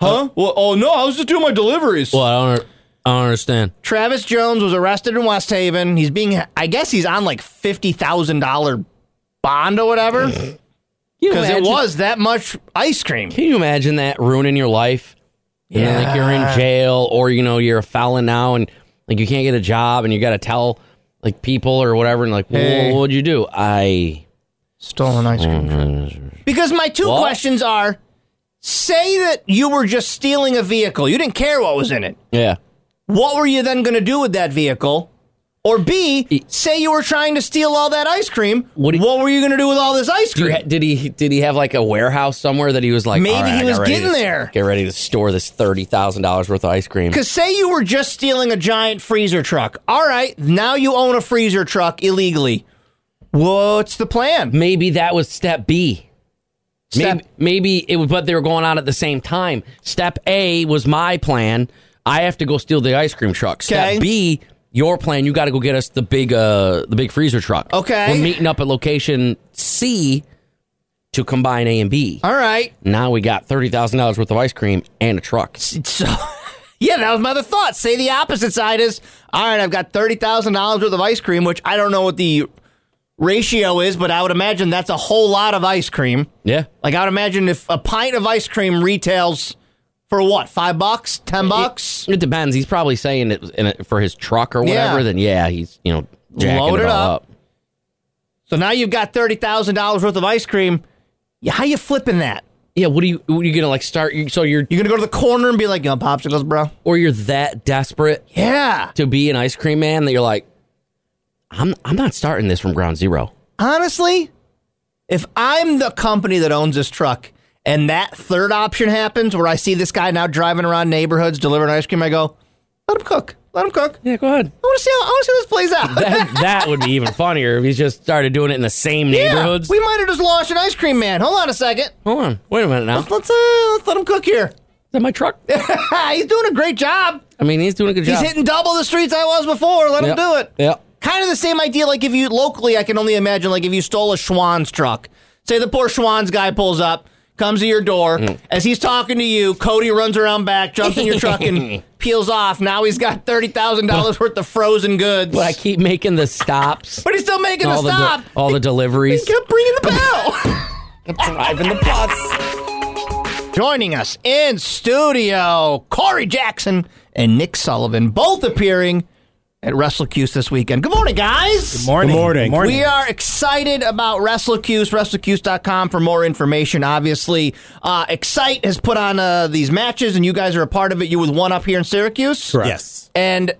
Huh? Well, oh, no, I was just doing my deliveries.
Well, I don't, I don't understand.
Travis Jones was arrested in West Haven. He's being, I guess he's on like $50,000 bond or whatever. Because it
imagine-
was that much ice cream.
Can you imagine that ruining your life? And then, like you're in jail, or you know you're a felon now, and like you can't get a job, and you got to tell like people or whatever, and like,
Hey.
well, what'd you do? I
Stolen ice cream. Because my two
What?
questions are say that you were just stealing a vehicle, you didn't care what was in it.
yeah.
What were you then going to do with that vehicle? Or B, say you were trying to steal all that ice cream. What,
E What do you-
were you going to do with all this ice
Do you
cream?
ha- did he did he have like a warehouse somewhere that he was like
Maybe
"All right,
he
I got
was
ready
getting
to-
there."
get ready to store this thirty thousand dollars worth of ice cream
Because say you were just stealing a giant freezer truck. All right, now you own a freezer truck illegally. What's the plan?
maybe that was step B
Step-
maybe, maybe it was but they were going on at the same time step A was my plan I have to go steal the ice cream truck
Okay.
step B your plan you got to go get us the big uh the big freezer truck
Okay.
we're meeting up at location C to combine A and B
All right.
now we got thirty thousand dollars worth of ice cream and a truck
So, yeah, that was my other thought. Say the opposite side is all right, I've got $30,000 worth of ice cream, which I don't know what the ratio is, but I would imagine that's a whole lot of ice cream.
yeah
Like, I would imagine if a pint of ice cream retails for what, five bucks, ten bucks?
It depends. He's probably saying it, in it for his truck or whatever.
Yeah.
Then yeah, he's you know jacking
Load
it
it
all
up. So now you've got $30,000 worth of ice cream. Yeah, How you flipping that?
Yeah. What do you? What are you gonna like start? You, so you're
You're going to go to the corner and be like, you know, popsicles, bro?
or you're that desperate
Yeah.
to be an ice cream man that you're like, I'm I'm not starting this from ground zero.
honestly, if I'm the company that owns this truck and that third option happens where I see this guy now driving around neighborhoods delivering ice cream, I go, let him cook. Let him cook.
Yeah, go ahead.
I want to see how I want to see how this plays out.
That, that would be even funnier if he just started doing it in the same
Yeah,
neighborhoods.
we might have just launched an ice cream man. Hold on a second.
Hold on, wait a minute now. Is
Let's uh, let's let him cook here.
that my truck?
He's doing a great job.
I mean, he's doing a good
He's
job.
hitting double the streets I was before. Let him
Yep.
do it.
Yep.
Kind of the same idea. Like if you locally, I can only imagine. Like if you stole a Schwann's truck. Say the poor Schwann's guy pulls up, comes to your door.
Mm.
As he's talking to you, Cody runs around back, jumps in your truck, and peels off. Now he's got thirty thousand dollars worth of frozen goods.
But I keep making the stops.
but he's still making
all
the
the de-
stop.
all the
he
deliveries.
kept bringing the bell.
Driving the bus.
Joining us in studio, Corey Jackson and Nick Sullivan, both appearing at WrestleCuse this weekend. Good morning, guys. Good
Morning. Morning.
We are excited about WrestleCuse, WrestleCuse.com for more information, obviously. Uh, Excite has put on uh, these matches, and you guys are a part of it. You with one up here in Syracuse?
Yes.
And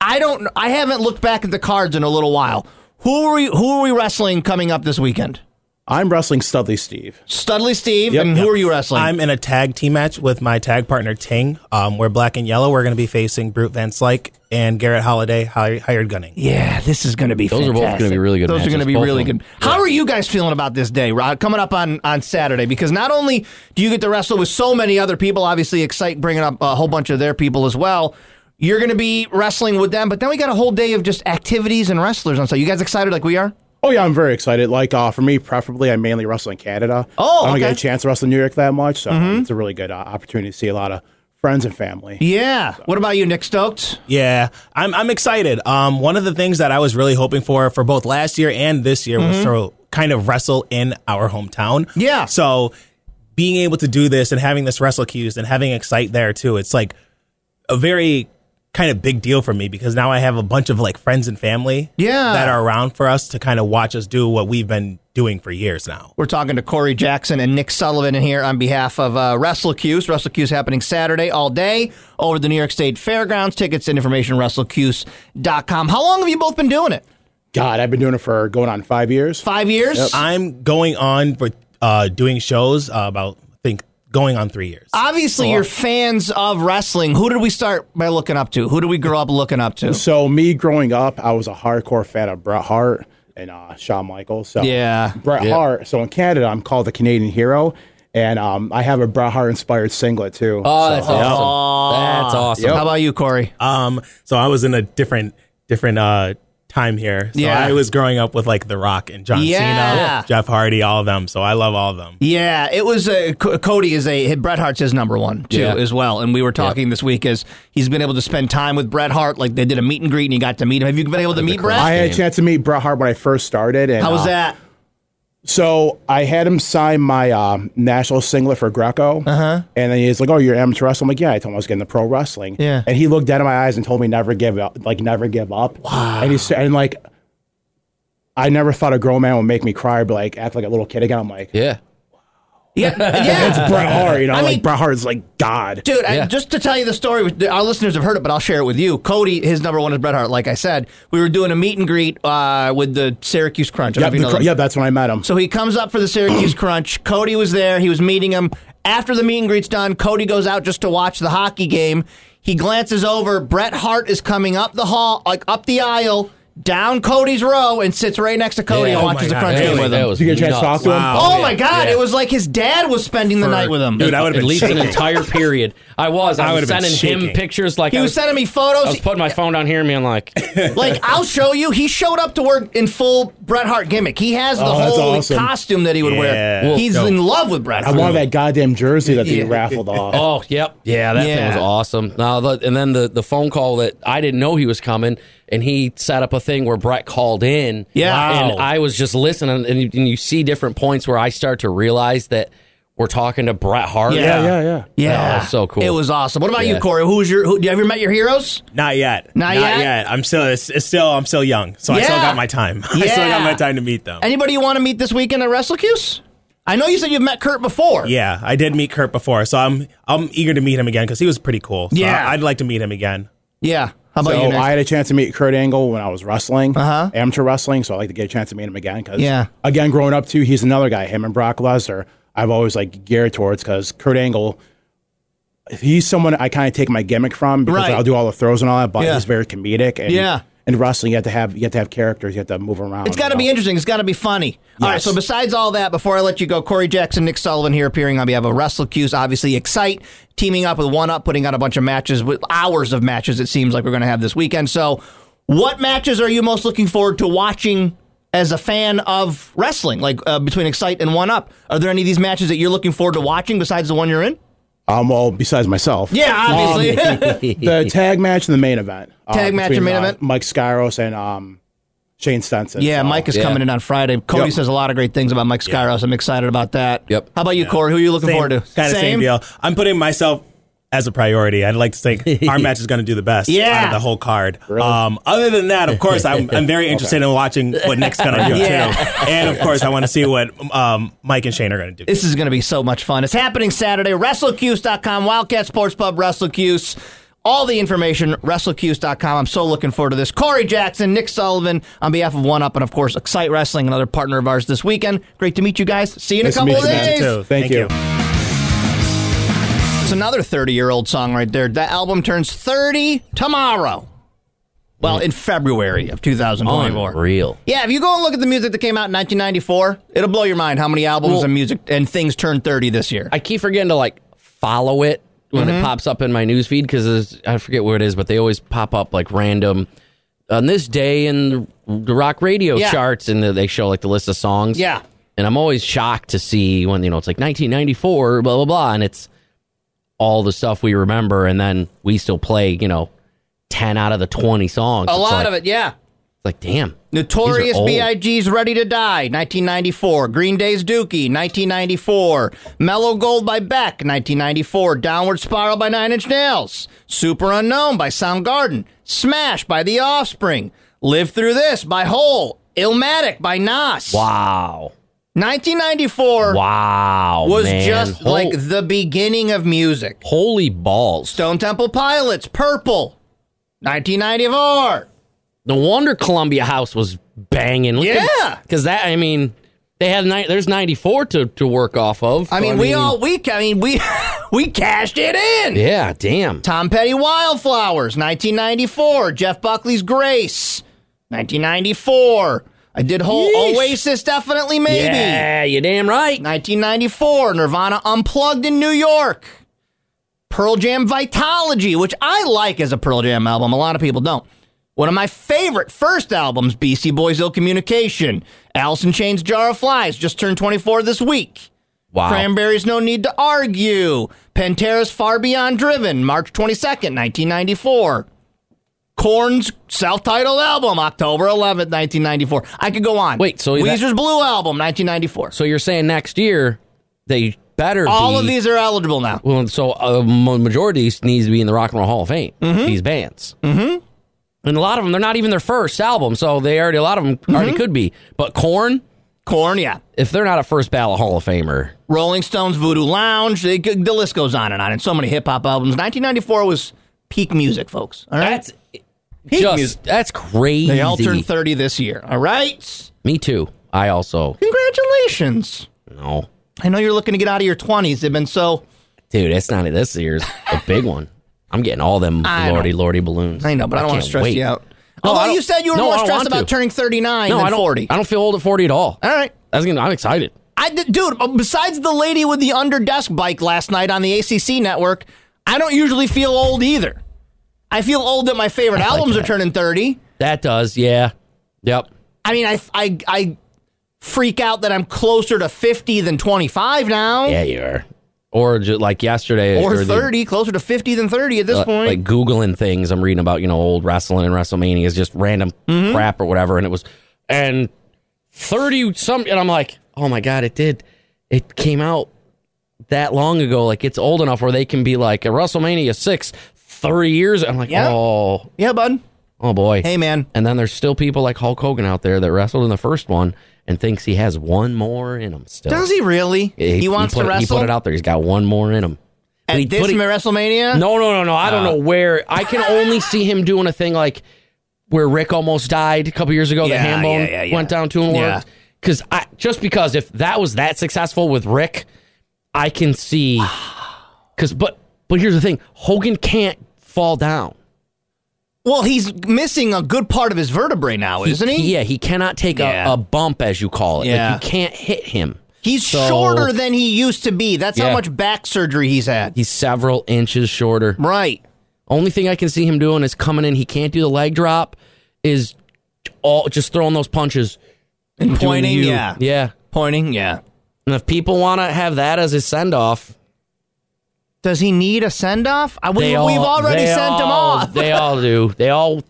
I don't, I haven't looked back at the cards in a little while. Who are we, who are we wrestling coming up this weekend?
I'm wrestling Studley Steve.
Studley Steve,
Yep.
and who
Yep.
are you wrestling?
I'm in a tag team match with my tag partner Ting. Um, we're black and yellow. We're going to be facing Brute Van Slyke and Garrett Holiday, hi- hired gunning.
yeah, this is going to be
Those are both
fantastic.
gonna be really good
Those are
matches,
going to be
both of
really
them.
good. How are you guys feeling about this day, Rod? Coming up on, on Saturday, because not only do you get to wrestle with so many other people, obviously Excite bringing up a whole bunch of their people as well. You're going to be wrestling with them, but then we got a whole day of just activities and wrestlers on site. You guys excited like we are?
Oh yeah, I'm very excited. Like uh, for me, preferably, I mainly wrestle in Canada.
Oh,
I don't get
okay. Mm-hmm.
a chance to wrestle in New York that much, so it's a really good uh, opportunity to see a lot of friends and family.
Yeah. What about you, Nick Stokes?
Yeah, I'm I'm excited. Um, one of the things that I was really hoping for for both last year and this year was to kind of wrestle in our hometown.
Mm-hmm. Yeah.
So being able to do this and having this wrestle cues and having excite there too, it's like a very kind of big deal for me because now I have a bunch of like friends and family
Yeah.
that are around for us to kind of watch us do what we've been doing for years now.
We're talking to Corey Jackson and Nick Sullivan in here on behalf of uh, WrestleCuse. WrestleCuse happening Saturday all day over at the New York State Fairgrounds. Tickets and information, WrestleCuse.com. How long have you both been doing it?
God, I've been doing it for going on five years.
Five years?
I'm going on for uh, doing shows uh, about I think going on three years.
Obviously, you're fans of wrestling. Who did we start by looking up to? Who did we grow up looking up to?
So me growing up, I was a hardcore fan of Bret Hart and uh, Shawn Michaels. So
Yeah.
Bret Hart. So in Canada, I'm called the Canadian hero, and um, I have a Bret Hart inspired singlet too.
Oh,
So-
that's awesome. That's awesome.
How about you, Corey?
Um, so I was in a different different uh,
time here. So
Yeah.
I was growing up with like The Rock and John
Yeah.
Cena, Jeff Hardy, all of them. So I love all of them.
Yeah, it was uh, C- Cody is a Bret Hart's his number one too
Yeah.
as well, and we were talking this week as he's been able to spend time with Bret Hart. Like they did a meet and greet, and he got to meet him. Have you been able to meet Bret?
I had a chance to meet Bret Hart when I first started. And,
How was
uh,
that?
So I had him sign my uh, national singlet for Greco. Uh-huh. And then he's like, oh, you're amateur wrestling? I'm like, yeah, I told him I was getting the pro wrestling.
Yeah.
And he looked dead in my eyes and told me never give up, like never give up. Wow. And, he's, and like, I never thought a grown man would make me cry, but like act like a little kid again. I'm like,
yeah.
Yeah,
It's Bret Hart, you know,
I mean-
like Bret Hart is like God.
Dude, I, just to tell you the story, our listeners have heard it, but I'll share it with you. Cody, his number one is Bret Hart. Like I said, we were doing a meet and greet uh, with the Syracuse Crunch. I don't
Yep,
know if you
the
know
cr-
them.
yep, that's when I met him.
So he comes up for the Syracuse Crunch. Cody was there. He was meeting him. After the meet and greet's done, Cody goes out just to watch the hockey game. He glances over. Bret Hart is coming up the hall, like up the aisle, down Cody's row, and sits right next to Cody
Yeah.
and
Oh
watches
my
the
God,
Crunch
really?
game with him.
That was Did you get a chance to nuts. talk to him? Wow.
Oh
Yeah.
my God!
Yeah.
It was like his dad was spending the night with him.
at least an entire period. I was. I,
I
was
would've been
sending him
shaking.
pictures. Like
He
I
was sending me photos.
I was putting my phone down here and being like,
like I'll show you. He showed up to work in full Bret Hart gimmick. He has the
Oh, that's
whole
awesome.
costume that he would
Yeah.
wear.
Well,
He's
no.
in love with Bret.
I
Hart.
want that goddamn jersey that
Yeah.
they raffled off.
Oh, yep. Yeah, that
Yeah.
thing was awesome. Now, the, and then the, the phone call that I didn't know he was coming, and he set up a thing where Brett called in.
Yeah. Wow.
And I was just listening, and you, and you see different points where I start to realize that we're talking to Bret Hart.
yeah,
That was so cool.
It was awesome. What about
Yeah.
you, Corey? Who's your? Who, you ever met your heroes?
Not yet.
Not yet?
I'm still it's, it's still I'm still young. So I still
Yeah.
got my time. I still
Yeah.
got my time to meet them.
Anybody you want to meet this weekend at WrestleCuse? I know you said you've met Kurt before.
Yeah, I did meet Kurt before, so I'm I'm eager to meet him again because he was pretty cool. So
Yeah.
I, would like to meet him again.
Yeah.
so I had a chance to meet Kurt Angle when I was wrestling, uh-huh. amateur wrestling. So I like to get a chance to meet him again because,
Yeah.
again, growing up too, he's another guy. Him and Brock Lesnar, I've always like geared towards because Kurt Angle, he's someone I kind of take my gimmick from because
Right.
I'll do all the throws and all that, but
Yeah.
he's very comedic. And
Yeah.
in wrestling, you have to have you have to have characters. You have to move around.
It's got to
you know?
be interesting. It's got to be funny. All right.
Yes.
So besides all that, before I let you go, Corey Jackson, Nick Sullivan here, appearing on behalf of WrestleCuse. Obviously, Excite teaming up with One Up, putting out a bunch of matches with hours of matches. It seems like we're going to have this weekend. So, what matches are you most looking forward to watching as a fan of wrestling? Like uh, between Excite and One Up, are there any of these matches that you're looking forward to watching besides the one you're in?
Um, well, besides myself.
Yeah, obviously.
Um, the tag match and the main event. uh,
Tag match and
between,
main
uh,
event?
Mike Skyros and um, Shane Stenson.
Yeah,
So-
Mike is coming in on Friday. Cody
Yep.
says a lot of great things about Mike Skyros. I'm excited about that. Yep. How about you, Corey? Who are you looking
Same-
forward to?
Kind of same? deal. I'm putting myself as a priority. I'd like to think our match is going to do the best out
Yeah.
of the whole card. Um, other than that, of course, I'm, I'm very interested in watching what Nick's going to do
Yeah.
too, and of course, I want to see what um, Mike and Shane are going to do.
This is going to be so much fun. It's happening Saturday. WrestleCuse.com, Wildcat Sports Pub, WrestleCuse. All the information, WrestleCuse.com. I'm so looking forward to this. Corey Jackson, Nick Sullivan, on behalf of One Up, and of course, Excite Wrestling, another partner of ours this weekend. Great to meet you guys. See you in
Nice
a
to
couple
meet
of
you, man,
days.
too. Thank Thank you. you.
It's another 30 year old song right there. That album turns 30 tomorrow. Well, in February of 2024.
Unreal.
Yeah, if you go and look at the music that came out in 1994, it'll blow your mind how many albums
Well-
and music and things turned 30 this year.
I keep forgetting to like follow it when it
Mhm.
pops up in my newsfeed because I forget where it is, but they always pop up like random on this day in the rock radio
Yeah.
charts, and they show like the list of songs.
Yeah.
and I'm always shocked to see when you know it's like 1994, blah blah blah, and it's all the stuff we remember, and then we still play you know 10 out of the 20 songs.
A
It's
lot
like-
of it, yeah.
It's like damn,
Notorious
old.
B.I.G.'s Ready to Die, 1994. Green Day's Dookie, 1994. Mellow Gold by Beck, 1994. Downward Spiral by Nine Inch Nails. Super Unknown by Soundgarden. Smash by The Offspring. Live Through This by Hole. Illmatic by Nas.
Wow.
1994
wow,
was
man.
just
Hol-
like the beginning of music.
Holy balls.
Stone Temple Pilots, Purple, 1994.
No wonder Columbia House was banging.
Yeah.
because that I mean, they had ni- there's 94 to to work off of.
I mean, we all we I mean we we cashed it in.
Yeah, damn.
Tom Petty Wildflowers, 1994. Jeff Buckley's Grace, 1994. I did whole
Yeesh.
Oasis definitely maybe.
Yeah, you damn right.
1994. Nirvana Unplugged in New York. Pearl Jam Vitology, which I like as a Pearl Jam album. A lot of people don't. One of my favorite first albums, Beastie Boys Ill Communication. Alice in Chains Jar of Flies just turned 24 this week.
Wow.
Cranberries No Need to Argue. Pantera's Far Beyond Driven, March 22nd, 1994. Korn's self-titled album, October 11th, 1994. I could go on. Wait,
so that-
Weezer's Blue album, 1994.
So you're saying next year they better.
All
be-
of these are eligible now.
Well, so a mo- majority needs to be in the Rock and Roll Hall of Fame. These bands. Mm-hmm. And a lot of them, they're not even their first album, so they already a lot of them already could be. But Corn,
Corn, yeah.
If they're not a first ballot Hall of Famer,
Rolling Stones, Voodoo Lounge. They, the list goes on and on. And so many hip hop albums. 1994 was peak music, folks. All right, that's peak
just
music.
that's crazy.
They all turned 30 this year. All right,
me too. I also
congratulations.
no,
I know you're looking to get out of your 20s. They've been so.
dude. It's not this year's a big one. I'm getting all them
I know.
lordy lordy balloons.
I know, but I don't wanna
can't
stress
wait.
you out.
No, I
Although
don't-
you said you were
no, I
more
don't
stressed
want
about
to.
turning 39
no,
than
I don't,
40.
I don't feel old at 40 at all.
All right.
That's gonna, I'm excited.
I did, dude. uh, Besides the lady with the under desk bike last night on the ACC network, I don't usually feel old either. I feel old that my favorite
like
albums are
that.
turning thirty.
That does, yeah. Yep.
I mean, I, I, I freak out that I'm closer to fifty than twenty five now,
Yeah, you are. Or just like yesterday.
or
the-
thirty, closer to fifty than thirty at this
uh,
point.
Like Googling things. I'm reading about, you know, old wrestling and WrestleMania is just random crap or whatever. And it was, and 30 some, and I'm like, oh my God, it did. It came out that long ago. Like it's old enough where they can be like a WrestleMania 6, 30 years. I'm like,
Yeah.
oh.
Yeah, bud.
Oh boy.
Hey, man.
And then there's still people like Hulk Hogan out there that wrestled in the first one and thinks he has one more in him still.
Does he really?
Yeah,
he wants
put
to
it, He
wrestle
put it out there. He's got one more in him. But
at
he-
this
but he-
WrestleMania.
no, no, no, no. I
Uh.
don't know where. I can only see him doing a thing like where Rick almost died a couple years ago.
Yeah,
that Hambone
yeah, yeah, yeah.
went down to and
Yeah.
worked. Because I just because if that was that successful with Rick, I can see. Because but but here's the thing: Hogan can't fall down.
Well, he's missing a good part of his vertebrae now, isn't he?
Yeah, he cannot take
Yeah.
a, a bump as you call it.
Yeah.
Like, you can't hit him.
He's
So-
shorter than he used to be. That's how
Yeah.
much back surgery he's had.
He's several inches shorter.
Right.
Only thing I can see him doing is coming in. He can't do the leg drop. Is all just throwing those punches
And
doing
pointing,
you.
yeah.
yeah.
Pointing, yeah.
And if people want to have that as his send off,
Does he need a send off? We,
they
we've
all,
already
they
sent him
all-
off.
they all do. They all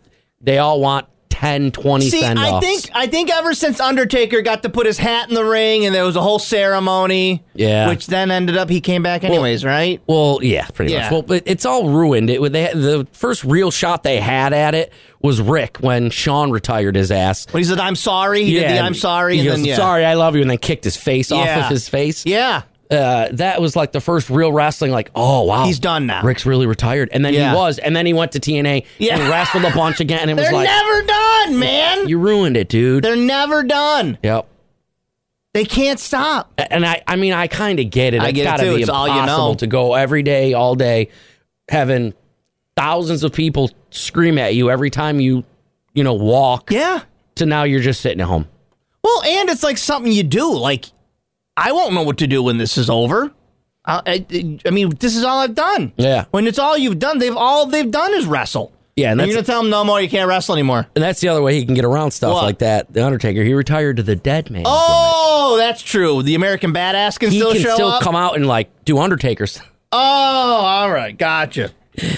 they all want 10, 20
See,
send
I
offs.
think I think ever since Undertaker got to put his hat in the ring and there was a whole ceremony,
Yeah.
which then ended up he came back anyways, right?
Well, yeah, pretty
Yeah.
much. Well, but it's all ruined. It they, the first real shot they had at it was Rick when Sean retired his ass.
When he said I'm sorry, he did the I'm sorry,
he
and
goes,
then yeah.
sorry, I love you, and then kicked his face
Yeah.
off of his face.
yeah,
Uh, that was like the first real wrestling. Like, oh wow,
he's done now.
Rick's really retired, and then
Yeah.
he was, and then he went to TNA
Yeah.
and wrestled a bunch again, and it was
They're
like,
never done, man.
you ruined it, dude.
They're never done. Eh.
Yep.
They can't stop.
A- And I, I mean, I kind of get it.
I
It's
get it,
gotta
too.
Be
It's all
impossible
you know.
to go every day, all day, having thousands of people scream at you every time you, you know, walk.
Yeah.
To now you're just sitting at home.
Well, and it's like something you do. Like, I won't know what to do when this is over. I, I, I mean, this is all I've done.
Yeah.
When it's all you've done, they've all they've done is wrestle.
Yeah, and
And, you're
that's-
gonna tell them no more. You can't wrestle anymore.
And that's the other way he can get around stuff
What?
like that. The Undertaker, he retired to the dead man.
Oh, that's true. The American Badass can
he
still
can
show
still
up.
come out and like do Undertakers.
oh, all right, gotcha.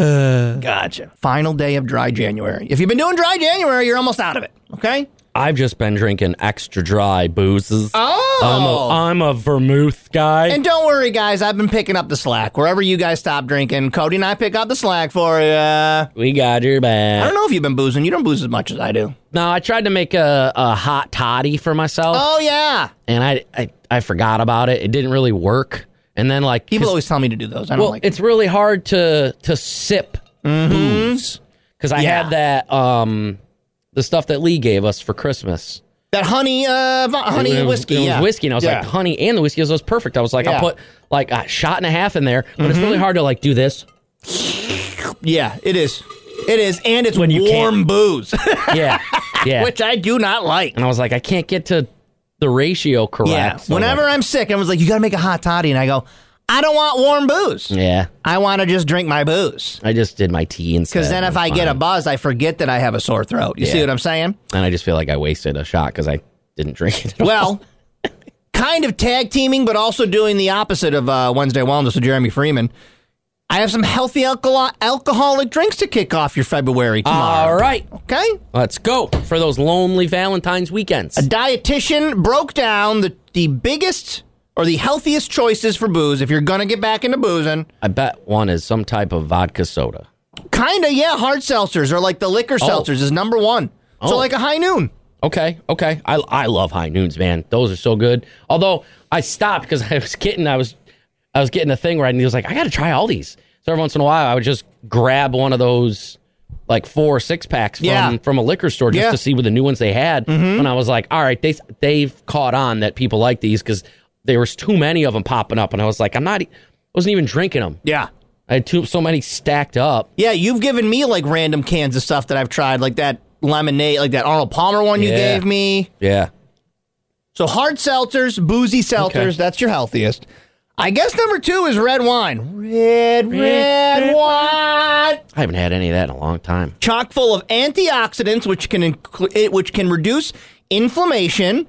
gotcha. Final day of dry January. If you've been doing dry January, you're almost out of it. Okay.
I've just been drinking extra dry boozes.
Oh.
I'm a, I'm a vermouth guy.
And don't worry, guys. I've been picking up the slack wherever you guys stop drinking. Cody and I pick up the slack for you.
we got your back.
I don't know if you've been boozing. You don't booze as much as I do.
No, I tried to make a, a hot toddy for myself,
Oh yeah.
and I, I I forgot about it. It didn't really work. And then like
People
'cause-
always tell me to do those. I don't
well,
like. Mm-hmm.
it's really hard to to sip booze because I
Yeah.
had that um the stuff that Lee gave us for Christmas.
that honey, uh, vo- honey
It was-
whiskey.
it was
yeah.
whiskey, and I was
Yeah.
like, honey and the whiskey was, was perfect. I was like,
Yeah. Mm-hmm.
I'll put like a shot and a half in there, but it's really hard to like do this.
yeah, it is, it is, and it's
When you
warm booze,
Yeah, yeah.
which I do not like.
and I was like, I can't get to the ratio correct.
Yeah.
So, like,
Whenever I'm sick, I was like, you got to make a hot toddy, and I go, I don't want warm booze.
Yeah.
I want to just drink my booze.
I just did my tea instead.
Because then if I get a buzz, I forget that I have a sore throat. You see
Yeah.
what I'm saying?
and I just feel like I wasted a shot because I didn't drink it.
Well, kind of tag teaming, but also doing the opposite of uh, Wednesday Wellness with Jeremy Freeman. I have some healthy alcohol- alcoholic drinks to kick off your February tomorrow.
All right.
Okay.
Let's go for those lonely Valentine's weekends.
A dietitian broke down the, the biggest or the healthiest choices for booze if you're going to get back into boozing.
I bet one is some type of vodka soda.
Kind of, yeah, hard seltzers or like the liquor
Oh.
seltzers is number one. So,
Oh.
like a high noon.
Okay, okay. I, I love high noons, man. Those are so good. Although I stopped because I was getting I was I was getting a thing where I was like, I gotta try all these. So every once in a while I would just grab one of those like four or six packs from,
Yeah.
from a liquor store just
Yeah.
to see what the new ones they had. And I was like, all right, they they've caught on that people like these because there was too many of them popping up, and I was like, I'm not, e- I wasn't even drinking them.
Yeah,
I had too so many stacked up.
Yeah, you've given me like random cans of stuff that I've tried, like that lemonade, like that Arnold Palmer one you
Yeah.
gave me.
Yeah.
So hard seltzers, boozy seltzers,
Okay.
that's your healthiest. I guess number two is red wine. Red, red, wine.
I haven't had any of that in a long time.
Chock full of antioxidants, which can inclu- it- which can reduce inflammation.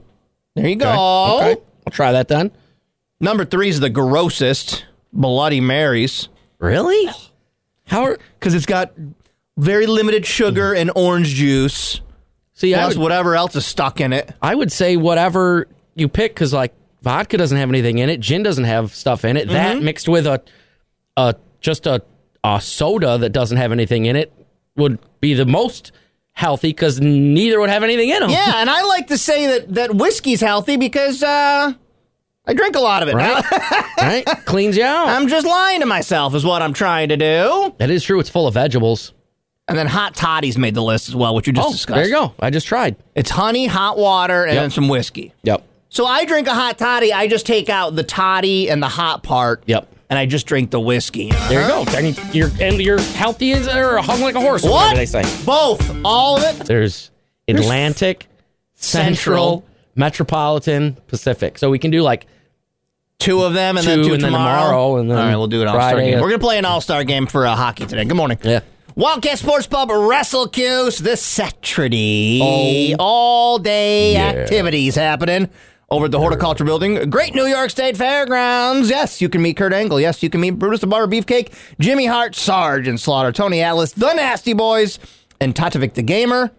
There you go.
Okay. I'll try that then.
Number three is the grossest Bloody Marys.
Really? How are?
Because it's got very limited sugar and orange juice.
Mm-hmm. See, I
plus
would-
whatever else is stuck in it.
I would say whatever you pick because like vodka doesn't have anything in it, gin doesn't have stuff in it. That mixed with a, a just a, a soda that doesn't have anything in it would be the most healthy because neither would have anything in them.
Yeah, and I like to say that that whiskey's healthy because uh, I drink a lot of it.
Right. right? Cleans you out.
I'm just lying to myself, is what I'm trying to do.
That is true. It's full of vegetables.
And then hot toddies made the list as well, which you just
Oh,
discussed.
there you go. I just tried.
It's honey, hot water, and
Yep.
then some whiskey.
Yep.
So I drink a hot toddy. I just take out the toddy and the hot part.
Yep.
And I just drink the whiskey.
There you go. Then you're and you're healthy as or hung like a horse. or
What?
whatever they say?
Both. All of it.
There's Atlantic, Central,
Central.
Metropolitan, Pacific. So we can do like
Two of them, and
Two,
then two
and then
tomorrow.
tomorrow, and then
all right, we'll do an all-star
Friday.
game. We're gonna play an all-star game for uh, hockey today. Good morning.
yeah.
Wildcat Sports Pub Wrestle Cues this Saturday.
Oh.
All day
Yeah.
activities happening over at the Horticulture Building. Great New York State Fairgrounds. Yes, you can meet Kurt Angle. Yes, you can meet Brutus the Barber Beefcake, Jimmy Hart, Sarge and Slaughter, Tony Atlas, The Nasty Boys, and Tatovic the Gamer.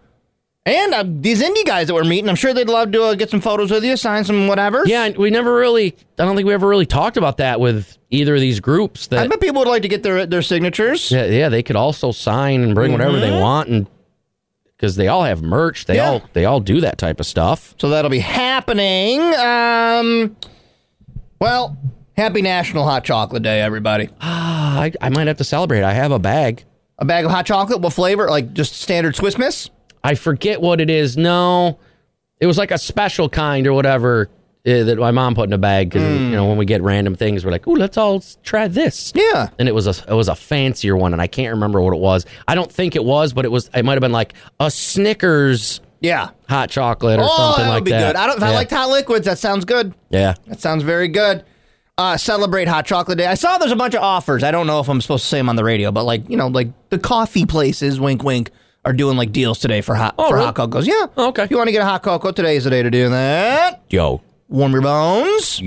And uh, these indie guys that we're meeting, I'm sure they'd love to uh, get some photos with you, sign some whatever.
Yeah, and we never really. I don't think we ever really talked about that with either of these groups.
I
That
bet people would like to get their their signatures.
yeah, yeah, they could also sign and bring whatever they want, and because they all have merch, they
Yeah.
all they all do that type of stuff.
So that'll be happening. Um, well, happy National Hot Chocolate Day, everybody.
Ah, I, I might have to celebrate. I have a bag.
A bag of hot chocolate, what flavor? Like just standard Swiss Miss?
I forget what it is. No, it was like a special kind or whatever eh, that my mom put in a bag because you know when we get random things, we're like, "Ooh, let's all s- try this."
Yeah.
and it was a it was a fancier one, and I can't remember what it was. I don't think it was, but it was. It might have been like a Snickers
Yeah.
hot chocolate or
Oh,
something
that would
like
be
that.
good. I don't. If
yeah.
I liked hot liquids. That sounds good.
Yeah,
That sounds very good. Uh, celebrate Hot Chocolate Day. I saw there's a bunch of offers. I don't know if I'm supposed to say them on the radio, but like you know, like the coffee places, wink, wink, are doing like deals today for hot for
really?
hot cocos. Yeah.
Oh, okay.
If you want to get a hot cocoa, today is the day to do that.
yo,
Warm your bones.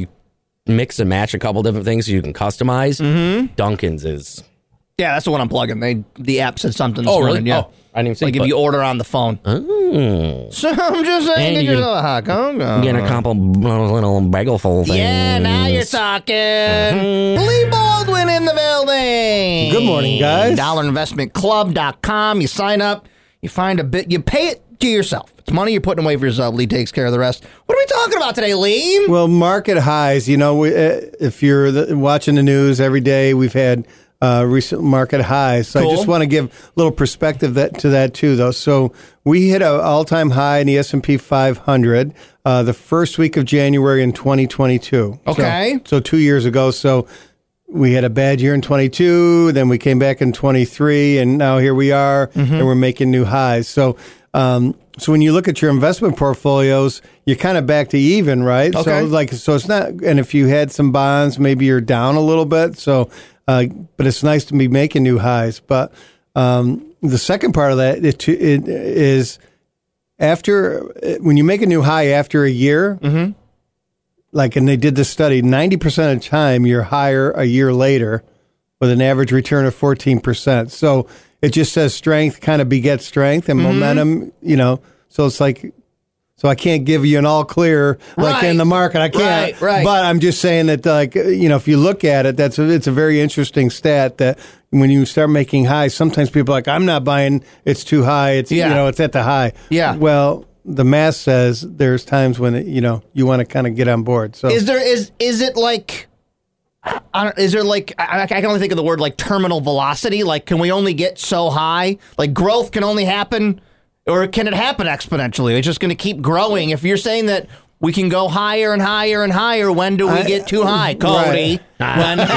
mix and match a couple different things so you can customize. Mm-hmm. Dunkin's is
Yeah, that's the one I'm plugging. They the app said something this
Oh, really?
morning. Yeah.
Oh, I didn't even see
Like
it,
if
but-
you order on the phone.
mm.
So I'm just
And
saying, get
you can-
yourself a hot cocoa.
getting a couple little bagelful things.
Yeah, now you're talking. Lee Baldwin in the building.
Good morning, guys.
DollarInvestmentClub.com. You sign up, you find a bit, you pay it to yourself. It's money you're putting away for yourself. Lee takes care of the rest. What are we talking about today, Lee?
Well, market highs. You know, we, uh, if you're the, watching the news every day, we've had
Um,
uh, recent market highs. So I
Cool.
just want to give a little perspective that to that too, though. So we hit an all-time high in the S and P 500 uh, the first week of January in 2022. So-
Okay.
so two years ago. So we had a bad year in 22 then we came back in 23 and now here we are and we're making new highs so um, So when you look at your investment portfolios, you're kind of back to even, right?
Okay.
So like, so it's not. And if you had some bonds, maybe you're down a little bit. So, uh, but it's nice to be making new highs. But um, the second part of that it, it is after uh, when you make a new high after a year. Mm-hmm. Like, and they did this study: ninety percent of the time, you're higher a year later with an average return of 14%. So it just says strength kind of begets strength and momentum, you know. So it's like, so I can't give you an all clear like in the market. I can't.
Right, right.
But I'm just saying that, like, you know, if you look at it, that's a, it's a very interesting stat that when you start making highs, sometimes people are like, I'm not buying. It's too high. It's,
Yeah.
you know, it's at the high.
Yeah.
Well, the math says there's times when, it, you know, you want to kind of get on board. So
Is there is is it like? I don't, is there like I, I can only think of the word like terminal velocity? Like, can we only get so high? Like, growth can only happen, or can it happen exponentially? It's just going to keep growing. If you're saying that we can go higher and higher and higher, when do we
I-
get too high,
Right.
Cody? When?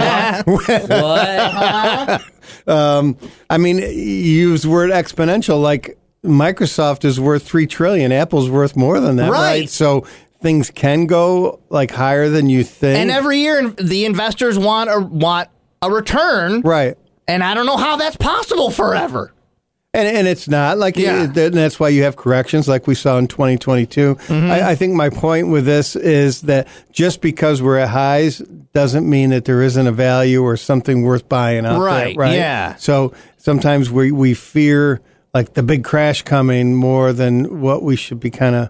um, I mean, you use the word exponential. Like Microsoft is worth three trillion. Apple's worth more than that, right?
Right.
So things can go like higher than you think.
And every year, in- the investors want a want a return,
right?
And I don't know how that's possible forever.
And, and it's not like
Yeah.
it- and that's why you have corrections like we saw in 2022.
Mm-hmm.
I, I think my point with this is that just because we're at highs doesn't mean that there isn't a value or something worth buying out
Right,
there, right?
yeah.
So sometimes we we fear like the big crash coming more than what we should be kind of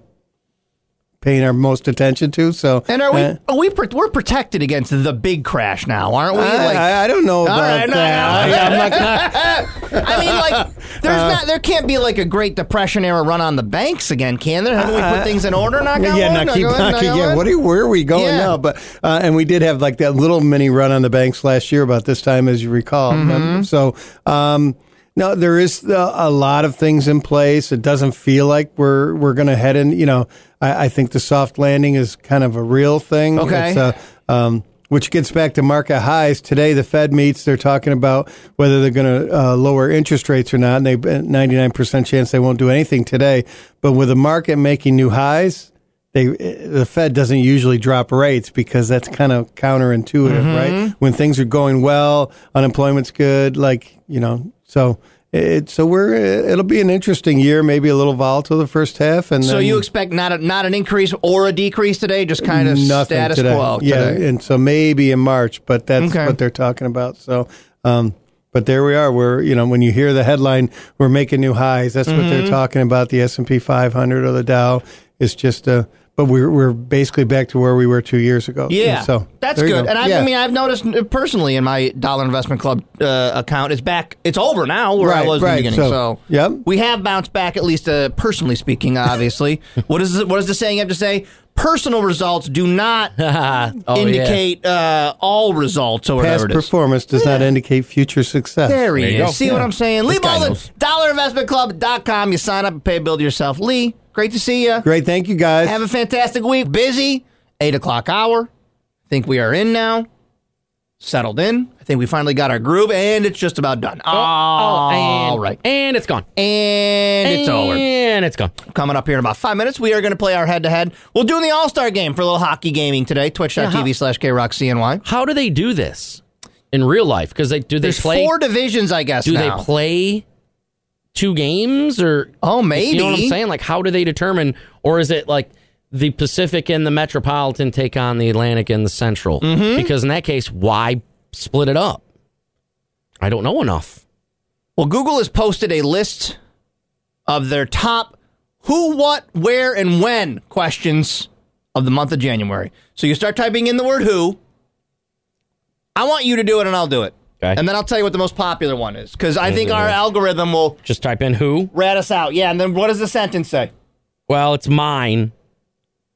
paying our most attention to. So
And are we
uh,
are we pro- we're protected against the big crash now, aren't we?
I-
like
I- I don't know
All
about
right, no,
that.
no.
I- I'm
I mean, like there's
uh,
not there can't be like a Great Depression era run on the banks again, can there? Haven't we put things in order? Knock on
Uh, yeah,
wood,
now
knock
keep
on wood, knock
knocking.
on
Yeah,
wood?
what are you, where are we going
Yeah.
now? But uh, and we did have like that little mini run on the banks last year about this time, as you recall. Um, So um, no, there is the, a lot of things in place. It doesn't feel like we're we're going to head in. You know, I, I think the soft landing is kind of a real thing.
Okay.
It's, uh, um, which gets back to market highs. Today, the Fed meets. They're talking about whether they're going to uh, lower interest rates or not. And they 99% chance they won't do anything today. But with the market making new highs, they uh, the Fed doesn't usually drop rates because that's kind of counterintuitive, right? When things are going well, unemployment's good, like you know. So it so we're it'll be an interesting year, maybe a little volatile the first half, and
So
then-
you expect not a, not an increase or a decrease today, just kind of
nothing
status
today.
quo.
Yeah,
today.
and so maybe in March, but that's
Okay.
what they're talking about. So, um, but there we are. We're you know when you hear the headline, we're making new highs. That's what they're
Mhm.
talking about. The S and P 500 or the Dow is just a. But we're we're basically back to where we were two years ago.
Yeah,
so
that's
there you
good.
go.
And I,
Yeah.
I mean, I've noticed uh, personally in my Dollar Investment Club uh, account, it's back. It's over now where
Right,
I was
right.
in the beginning. So,
So, yep.
we have bounced back, at least uh, personally speaking. Obviously, what is the- what is the saying? You have to say personal results do not
Oh,
yeah.
indicate uh, all results or
past
whatever it is.
performance does not indicate future success.
There he is. See what I'm saying?
This
Lee
guy
Bolden,
knows.
dollarinvestmentclub.com. You sign up and pay a bill to yourself. Lee, great to see you.
Great. Thank you, guys.
Have a fantastic week. Busy. Eight o'clock hour. I think we are in now. Settled in. I think we finally got our groove, and it's just about done. All
Oh, and-
right. And it's gone. And, it's over. And it's gone. Coming up here in about five minutes, we are going to play our head to head. We'll do the All Star game for a little hockey gaming today. Twitch.tv slash KRockCNY.
How do they do this in real life? Because they do they
There's
play
four divisions, I guess.
Do
now.
they play two games or
oh
You know what
maybe.
I'm saying? Like how do they determine? Or is it like the Pacific and the Metropolitan take on the Atlantic and the Central?
Mhm.
Because in that case, why split it up? I don't know enough.
Well, Google has posted a list of their top who, what, where, and when questions of the month of January. So you start typing in the word who. I want you to do it and I'll do it. And then I'll tell you what the most popular one is because I think our
Mhm.
algorithm will
Just type in who.
rat us out. Yeah. And then what does the sentence say?
Well, it's mine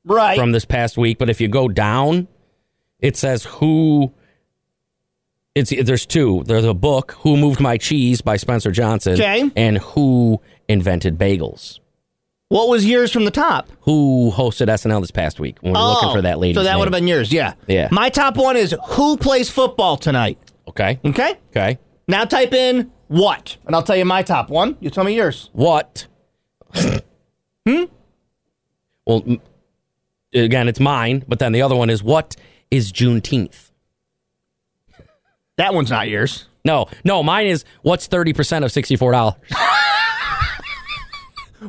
Right.
from this past week, but if you go down, it says who. It's there's two. There's a book, "Who Moved My Cheese" by Spencer Johnson,
Okay.
and "Who Invented Bagels."
What was yours from the top? Oh,
Who hosted SNL this past week? When we were looking for that lady.
So that would have been yours. Yeah.
Yeah.
My top one is who plays football tonight?
Okay.
Okay.
Okay.
Now type in what, and I'll tell you my top one. You tell me yours.
What
Hmm? Well, m- again, it's mine, but then the other one is what is Juneteenth?
That one's not yours.
No, no, mine is what's 30% of $64?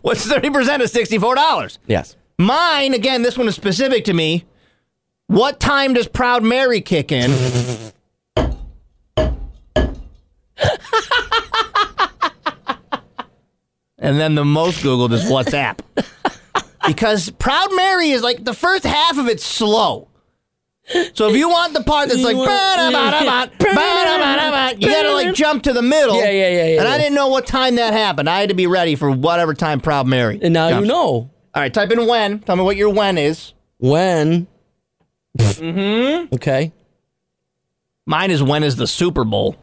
What's thirty percent of sixty four dollars?
Yes.
Mine again. This one is specific to me. What time does Proud Mary kick in? and then the most Googled is WhatsApp. because Proud Mary is like the first half of it's slow. So if you want the part that's like,
You want-
"Ba-da-ba-da-ba, ba-da-ba-da-ba," you gotta like jump to the middle.
Yeah, yeah, yeah, yeah,
And I
yeah.
didn't know what time that happened. I had to be ready for whatever time Proud Mary.
And now you know.
All right, type in when. Tell me what your when is.
When?
mm-hmm.
Okay.
Mine is when is the Super Bowl?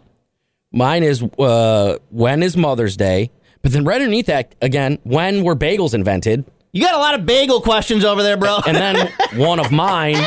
Mine is uh, when is Mother's Day? But then right underneath that, again, when were bagels invented?
You got a lot of bagel questions over there, bro.
and then one of mine,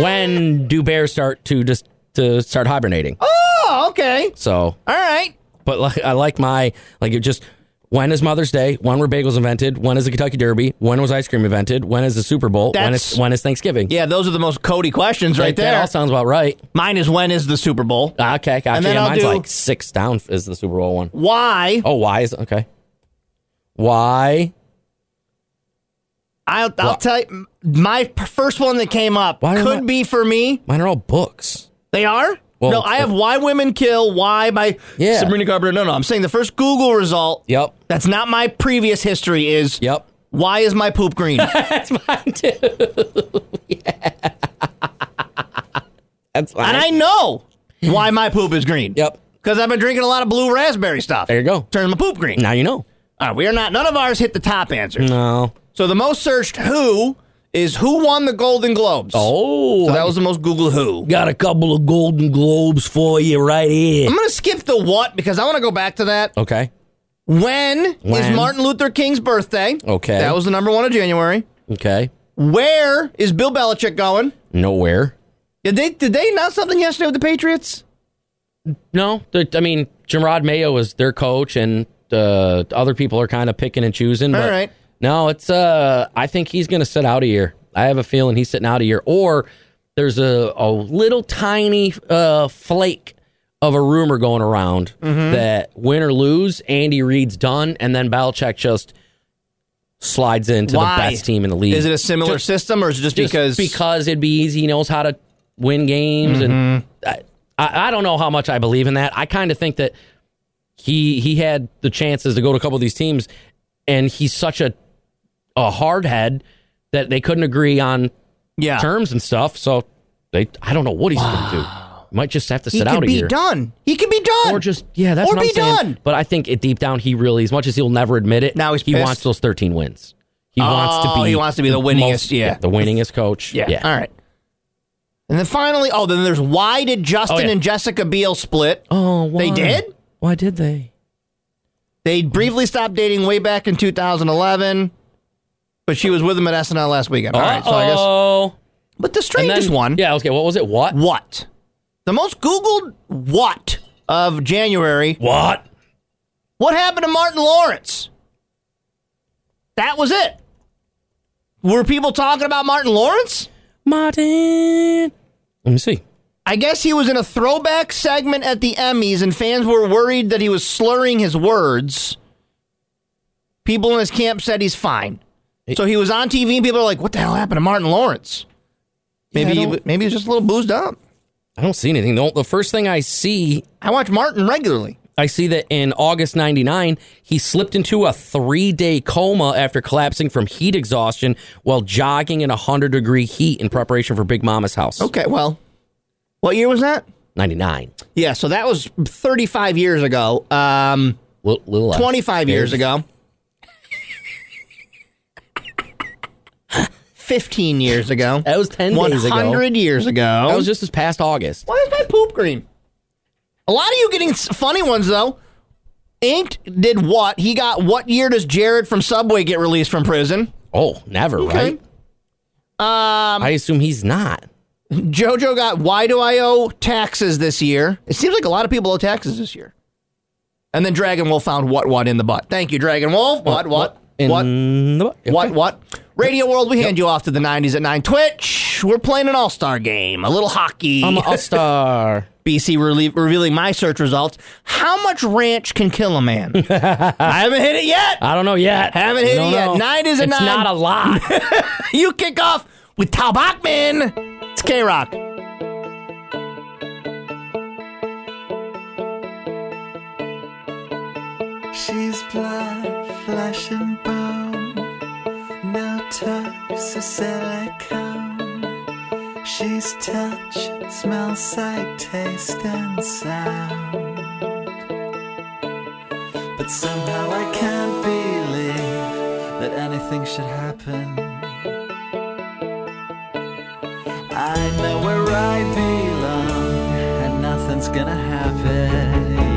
when do bears start to just to start hibernating?
Oh, okay.
So
All right.
But like, I like my like it just when is Mother's Day? When were bagels invented? When is the Kentucky Derby? When was ice cream invented? When is the Super Bowl? when
That's-
is when is Thanksgiving?
Yeah, those are the most Cody questions
That-
right there.
That all sounds about right. Ah,
Mine is when is the Super Bowl?
Okay, gotcha.
And then
yeah,
I'll
mine's
do-
like six down is the Super Bowl one.
Why?
Oh, why is okay? Why?
I'll, I'll tell you, my p- first one that came up could be for me.
Mine are all books.
They are?
Well,
no, I have Why Women Kill, Why by
Yeah.
Sabrina Carpenter. No, no, I'm saying the first Google result.
Yep.
That's not my previous history is.
Yep.
Why is my poop green?
That's mine too. That's fine.
And I know why my poop is green.
Yep.
Because I've been drinking a lot of blue raspberry stuff.
There you go.
Turn my poop green.
Now you know.
All right, we are not. None of ours hit the top answer.
No.
So the most searched who is who won the Golden Globes.
Oh.
So that was the most Google who.
Got a couple of Golden Globes for you right here.
I'm going to skip the what because I want to go back to that.
Okay.
When,
When?
is Martin Luther King's birthday?
Okay.
That was the number one of January.
Okay.
Where is Bill Belichick going?
Nowhere.
Did they did they announce something yesterday with the Patriots?
No, the- I mean Jerrod Mayo is their coach, and uh, other people are kind of picking and choosing.
All
but
right.
No, it's. Uh, I think he's going to sit out a year. I have a feeling he's sitting out a year, or there's a a little tiny uh, flake of a rumor going around that win or lose, Andy Reid's done, and then Belichick just slides into
Why?
the best team in the league.
Is it a similar
Just-
system or is it just,
just
because
it'd be easy. He knows how to win games, and I, I I don't know how much I believe in that. I kind of think that he he had the chances to go to a couple of these teams, and he's such a a hard head that they couldn't agree on
Yeah.
terms and stuff. So they I don't know what he's going to do. Might just have to
he
sit out
could
a
be
year.
done? He could be done. Or
just Yeah, that's
or
what I'm
be
saying.
done.
But I think it deep down, he really, as much as he'll never admit it, now he's he
pissed.
wants those 13 wins. He wants to
Oh,
be
he wants to be the winningest, yeah.
the winningest coach.
Yeah. All right. And then finally, oh, then there's why did Justin
Oh, yeah.
and Jessica Biel split?
Oh,
They
why?
did?
Why did they?
They briefly stopped dating way back in 2011, but she was with him at SNL last weekend. All right, so I guess.
Oh,
But the
and
strangest
then
one,
Yeah, okay. What was it? What?
what? The most Googled what of January.
What?
What happened to Martin Lawrence? That was it. Were people talking about Martin Lawrence?
Martin. Let me see.
I guess he was in a throwback segment at the Emmys, and fans were worried that he was slurring his words. People in his camp said he's fine. So he was on TV, and people are like, "What the hell happened to Martin Lawrence?" Maybe,
I
he, maybe he's just a little boozed up.
I don't see anything. The, the first thing I see,
I watch Martin regularly.
I see that in August 99, he slipped into a three day coma after collapsing from heat exhaustion while jogging in 100 degree heat in preparation for Big Mama's house.
Oh.
Okay, well, what year was that?
99.
Yeah, so that was 35 years ago. Um,
Little, little less.
25 years ago. 15 years ago.
That was 10 days ago.
100 years ago.
That was just this past August.
Why is my poop green? A lot of you getting s- funny ones though. Inked did what? He got what year does Jared from Subway get released from prison?
Oh, never, right?
Um,
I assume he's not.
JoJo got why do I owe taxes this year? It seems like a lot of people owe taxes this year. And then Dragon Wolf found what what in the butt. Thank you, Dragon Wolf. What what?
In
What?
the butt. Yeah.
What? What? Radio World, we hand you off to the 90s at 9. Twitch, we're playing an all star game, a little hockey.
I'm an all-star.
BC relie- revealing my search results. How much ranch can kill a man? I haven't hit it yet.
I don't know yet.
Haven't hit
Don't
it
know.
yet. Nine is a
It's
nine.
not a lot.
you kick off with Tal Bachman. It's K Rock.
She's blind, flash and bone. No touch, so silicone. She's touch, smell, sight, taste, and sound. But somehow I can't believe that anything should happen. I know where I belong, and nothing's gonna happen.